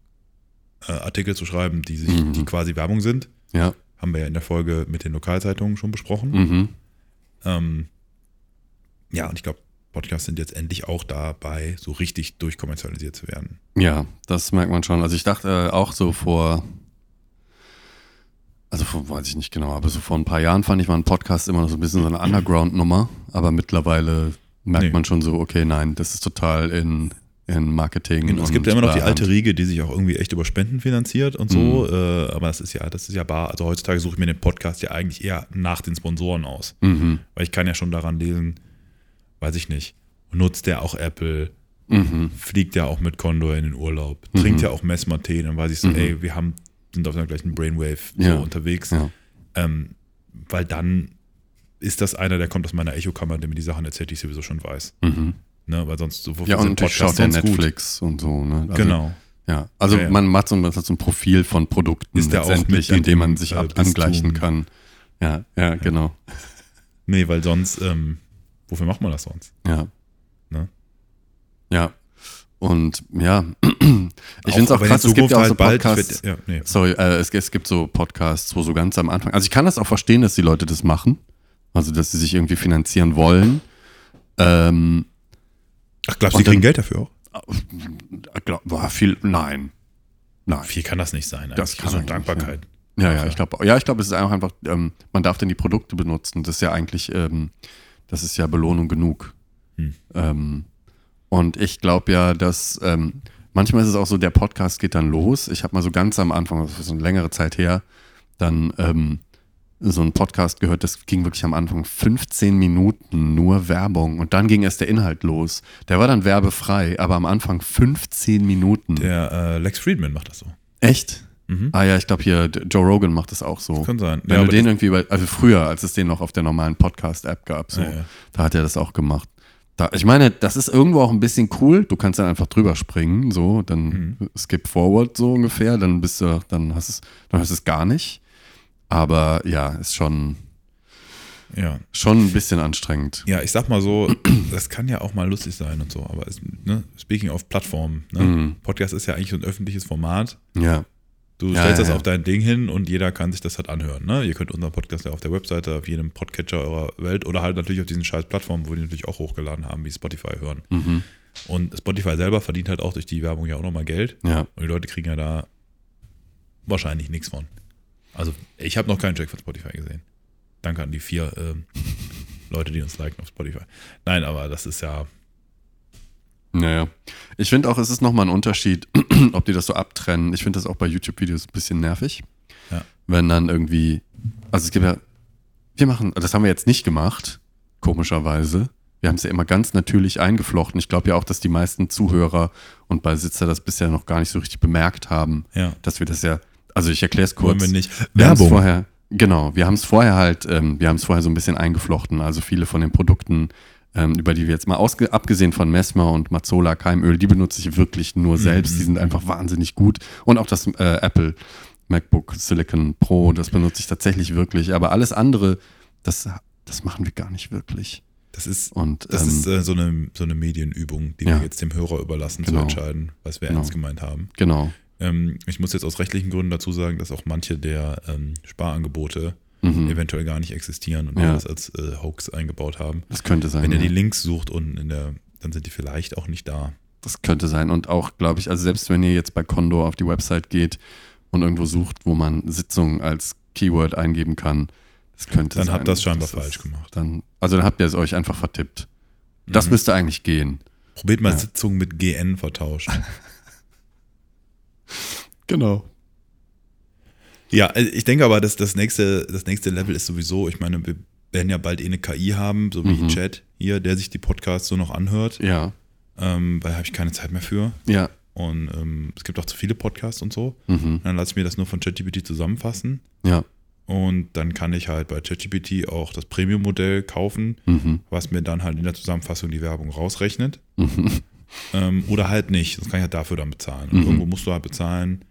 äh, Artikel zu schreiben, die, sich, Mhm. die quasi Werbung sind. Ja. Haben wir ja in der Folge mit den Lokalzeitungen schon besprochen. Mhm. Ähm, ja, und ich glaube, Podcasts sind jetzt endlich auch dabei, so richtig durchkommerzialisiert zu werden. Ja, das merkt man schon. Also ich dachte äh, auch so vor, also vor, weiß ich nicht genau, aber so vor ein paar Jahren fand ich mal einen Podcast immer noch so ein bisschen so eine Underground-Nummer, aber mittlerweile merkt Nee. man schon so, okay, nein, das ist total in, in Marketing. Genau, es gibt und ja immer noch die Werbung. alte Riege, die sich auch irgendwie echt über Spenden finanziert und so. Mhm. Äh, aber das ist ja, das ist ja bar. Also heutzutage suche ich mir den Podcast ja eigentlich eher nach den Sponsoren aus. Mhm. Weil ich kann ja schon daran lesen, weiß ich nicht, nutzt der auch Apple? Mhm. fliegt ja auch mit Condor in den Urlaub, Mhm. trinkt ja auch Messmer-Tee, dann weiß ich so, Mhm. ey, wir haben, sind auf der gleichen Brainwave Ja. so unterwegs. Ja. Ähm, weil dann ist das einer, der kommt aus meiner Echokammer, der mir die Sachen erzählt, die ich sowieso schon weiß. Mhm. Ne? Weil sonst, wofür Ja, und natürlich schaut der sonst gut? Netflix und so. Ne? Also, Genau. Ja, also Ja, ja. man macht so, man hat so ein Profil von Produkten Ist der auch letztendlich, mit an dem man sich dem, äh, ab angleichen Bistum? kann. Ja, ja, genau. Nee, weil sonst, ähm, wofür macht man das sonst? Ja. Ne? Ja. Und ja, ich finde es auch wenn krass, in es gibt Zukunft ja auch so halt bald- Podcasts. ich werd- ja, nee. Sorry, äh, es, es gibt so Podcasts, wo so ganz am Anfang. Also ich kann das auch verstehen, dass die Leute das machen. Also dass sie sich irgendwie finanzieren wollen. Ähm, Ach, glaubst du, Und die dann- kriegen Geld dafür auch? glaub, war viel. Nein. Nein. Viel kann das nicht sein. Das eigentlich. kann so eigentlich, Dankbarkeit. Ja, ja, Ach, ja. ich glaube, ja, ich glaube, es ist einfach, einfach ähm, man darf denn die Produkte benutzen. Das ist ja eigentlich, ähm, das ist ja Belohnung genug. Hm. Ähm, und ich glaube ja, dass ähm, manchmal ist es auch so, der Podcast geht dann los. Ich habe mal so ganz am Anfang, das ist so eine längere Zeit her, dann ähm, so einen Podcast gehört, das ging wirklich am Anfang 15 Minuten nur Werbung und dann ging erst der Inhalt los. Der war dann werbefrei, aber am Anfang 15 Minuten. Der äh, Lex Friedman macht das so. Echt? Mhm. Ah ja, ich glaube hier, D- Joe Rogan macht das auch so. Kann sein. Wenn Ja, du aber den irgendwie über, also früher, als es den noch auf der normalen Podcast-App gab, so, Ja, ja. da hat er das auch gemacht. Da, ich meine, das ist irgendwo auch ein bisschen cool. Du kannst dann einfach drüber springen, so, dann Mhm. skip forward so ungefähr, dann bist du, dann hast es, dann hast es gar nicht. Aber ja, ist schon, das, ja. schon ein bisschen anstrengend. Ja, ich sag mal so, das kann ja auch mal lustig sein und so, aber es, ne, speaking of Plattformen, ne, Mhm. Podcast ist ja eigentlich so ein öffentliches Format. Ja, Du Ja, stellst ja, das ja. auf dein Ding hin und jeder kann sich das halt anhören. Ne? Ihr könnt unseren Podcast ja auf der Webseite, auf jedem Podcatcher eurer Welt oder halt natürlich auf diesen scheiß Plattformen, wo die natürlich auch hochgeladen haben, wie Spotify hören. mhm. Und Spotify selber verdient halt auch durch die Werbung ja auch nochmal Geld. ja, Und die Leute kriegen ja da wahrscheinlich nichts von. Also ich habe noch keinen Check von Spotify gesehen. Danke an die vier ähm, Leute, die uns liken auf Spotify. Nein, aber das ist ja, naja. Ich finde auch, es ist nochmal ein Unterschied, ob die das so abtrennen. Ich finde das auch bei YouTube-Videos ein bisschen nervig. ja. wenn dann irgendwie, also es gibt ja, wir machen, das haben wir jetzt nicht gemacht, komischerweise. Wir haben es ja immer ganz natürlich eingeflochten. Ich glaube ja auch, dass die meisten Zuhörer und Beisitzer das bisher noch gar nicht so richtig bemerkt haben, ja. dass wir das ja, also ich erkläre es Wollen kurz. wir nicht. Wir haben's vorher, genau, wir haben es vorher halt, ähm, wir haben es vorher so ein bisschen eingeflochten. Also viele von den Produkten, ähm, über die wir jetzt mal ausge abgesehen von Mesmer und Mazzola Keimöl, die benutze ich wirklich Mhm. nur selbst. Die sind einfach wahnsinnig gut. Und auch das äh, Apple MacBook Silicon Pro, das benutze ich tatsächlich wirklich. Aber alles andere, das, das machen wir gar nicht wirklich. Das ist, Und das ähm, ist äh, so, eine, so eine Medienübung, die Ja. wir jetzt dem Hörer überlassen, Genau. zu entscheiden, was wir Genau. ernst gemeint haben. genau. Ähm, ich muss jetzt aus rechtlichen Gründen dazu sagen, dass auch manche der ähm, Sparangebote Mhm. eventuell gar nicht existieren und Ja. wir das als äh, Hoax eingebaut haben. Das könnte sein. Wenn ihr ja. die Links sucht unten in der, dann sind die vielleicht auch nicht da. Das könnte sein. Und auch, glaube ich, also selbst wenn ihr jetzt bei Condor auf die Website geht und irgendwo sucht, wo man Sitzungen als Keyword eingeben kann, das könnte Dann sein. habt ihr das scheinbar dass es- falsch gemacht. Dann, also dann habt ihr es euch einfach vertippt. Das Mhm. müsste eigentlich gehen. Probiert mal Ja. Sitzung mit GN vertauscht. Genau. Ja, also ich denke aber, dass das nächste, das nächste Level ist sowieso, ich meine, wir werden ja bald eh eine KI haben, so wie Mhm. Chat hier, der sich die Podcasts so noch anhört, Ja, ähm, weil habe ich keine Zeit mehr für. ja. Und ähm, es gibt auch zu viele Podcasts und so. Mhm. Dann lasse ich mir das nur von ChatGPT zusammenfassen. Ja. Und dann kann ich halt bei ChatGPT auch das Premium-Modell kaufen, Mhm. was mir dann halt in der Zusammenfassung die Werbung rausrechnet. Mhm. Ähm, oder halt nicht. Sonst kann ich halt dafür dann bezahlen. Und Mhm. irgendwo musst du halt bezahlen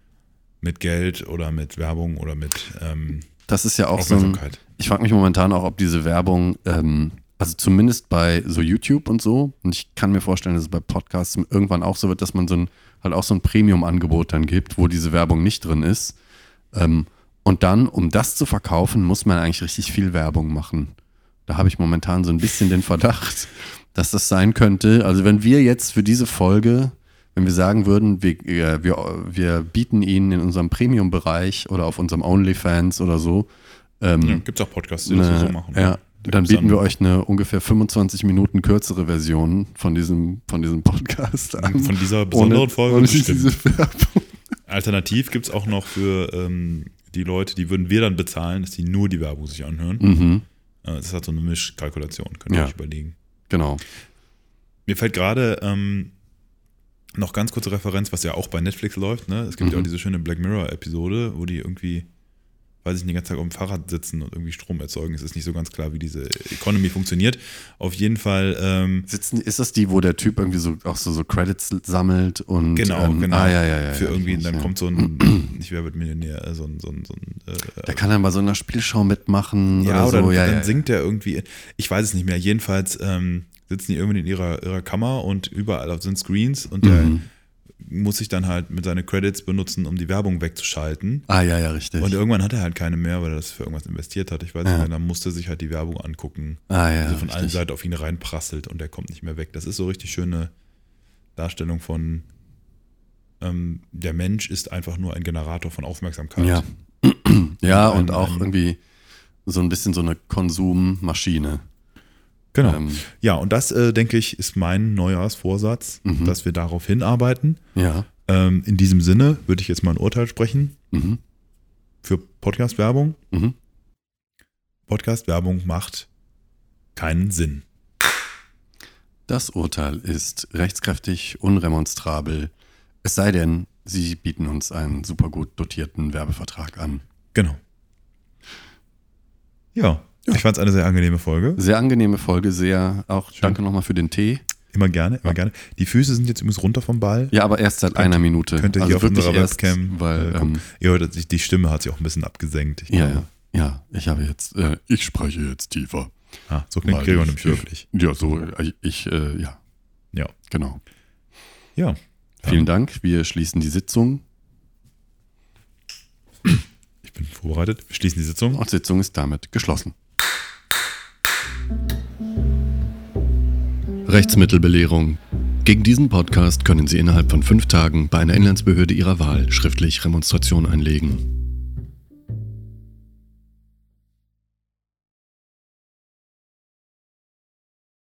mit Geld oder mit Werbung oder mit ähm, Das ist ja auch so ein, Aufmerksamkeit. Ich frage mich momentan auch, ob diese Werbung, ähm, also zumindest bei so YouTube und so, und ich kann mir vorstellen, dass es bei Podcasts irgendwann auch so wird, dass man so ein, halt auch so ein Premium-Angebot dann gibt, wo diese Werbung nicht drin ist. Ähm, und dann, um das zu verkaufen, muss man eigentlich richtig viel Werbung machen. Da habe ich momentan so ein bisschen den Verdacht, dass das sein könnte. Also wenn wir jetzt für diese Folge, wenn wir sagen würden, wir, äh, wir, wir bieten Ihnen in unserem Premium-Bereich oder auf unserem OnlyFans oder so, ähm, ja, Gibt es auch Podcasts, die eine- das so machen. Ja, Da dann gibt's bieten wir euch eine ungefähr 25 Minuten kürzere Version von diesem, von diesem Podcast an. Von dieser besonderen ohne, Folge Ohne bestimmt. diese Werbung. Alternativ gibt es auch noch für ähm, die Leute, die würden wir dann bezahlen, dass die nur die Werbung sich anhören. Mhm, Äh, das ist halt so eine Mischkalkulation, könnt ihr Ja. euch überlegen. genau. Mir fällt gerade ähm, noch ganz kurze Referenz, was ja auch bei Netflix läuft. Ne? Es gibt ja Mhm. auch diese schöne Black Mirror-Episode, wo die irgendwie, weiß ich nicht, den ganzen Tag auf dem Fahrrad sitzen und irgendwie Strom erzeugen. Es ist nicht so ganz klar, wie diese Economy funktioniert. Auf jeden Fall ähm, Sitzen, ist das die, wo der Typ irgendwie so auch so, so Credits sammelt und Genau, ähm, genau. Ah, ja, ja, ja, für ja, irgendwie, ich weiß, dann ja. kommt so ein, nicht wer wird Millionär, äh, so ein, so ein, so ein äh, Der kann dann bei so einer Spielshow mitmachen Ja, oder, oder, so. ja, dann ja, singt er irgendwie, ich weiß es nicht mehr. Jedenfalls ähm, sitzen die irgendwie in ihrer, ihrer Kammer und überall auf- sind Screens und ja. der Mhm. muss sich dann halt mit seinen Credits benutzen, um die Werbung wegzuschalten. Ah, ja, ja, richtig. Und irgendwann hat er halt keine mehr, weil er das für irgendwas investiert hat. Ich weiß Ja. nicht, mehr. dann musste er sich halt die Werbung angucken, ah, ja, also von allen richtig. Seiten auf ihn reinprasselt und er kommt nicht mehr weg. Das ist so richtig schöne Darstellung von ähm, der Mensch ist einfach nur ein Generator von Aufmerksamkeit. Ja, ja und Ein- auch ein- irgendwie so ein bisschen so eine Konsummaschine. genau. Ähm, Ja, und das, äh, denke ich, ist mein Neujahrsvorsatz, Mhm. dass wir darauf hinarbeiten. ja. Ähm, in diesem Sinne würde ich jetzt mal ein Urteil sprechen Mhm. für Podcast-Werbung. Mhm. Podcast-Werbung macht keinen Sinn. Das Urteil ist rechtskräftig unremonstrabel, es sei denn, Sie bieten uns einen supergut dotierten Werbevertrag an. Genau. Ja, ich fand es eine sehr angenehme Folge. Sehr angenehme Folge, sehr auch danke nochmal für den Tee. Immer gerne, immer gerne. Die Füße sind jetzt übrigens runter vom Ball. Ja, aber erst seit einer Minute. Also Könnt ihr hier auf wirklich unserer erst, Webcam. Weil, äh, ähm, gucken. Ihr hört, dass ich- die Stimme hat sich auch ein bisschen abgesenkt. Ich ja, ja, glaube, ja, ich habe jetzt, äh, ich spreche jetzt tiefer. Ah, so klingt Weil Gregor ich- nämlich wirklich. Ja, so, äh, ich, äh, ja. Ja. Genau. Ja. Vielen Dank, wir schließen die Sitzung Ich bin vorbereitet. Wir schließen die Sitzung. und Sitzung ist damit geschlossen. Rechtsmittelbelehrung. Gegen diesen Podcast können Sie innerhalb von fünf Tagen bei einer Inlandsbehörde Ihrer Wahl schriftlich Remonstration einlegen.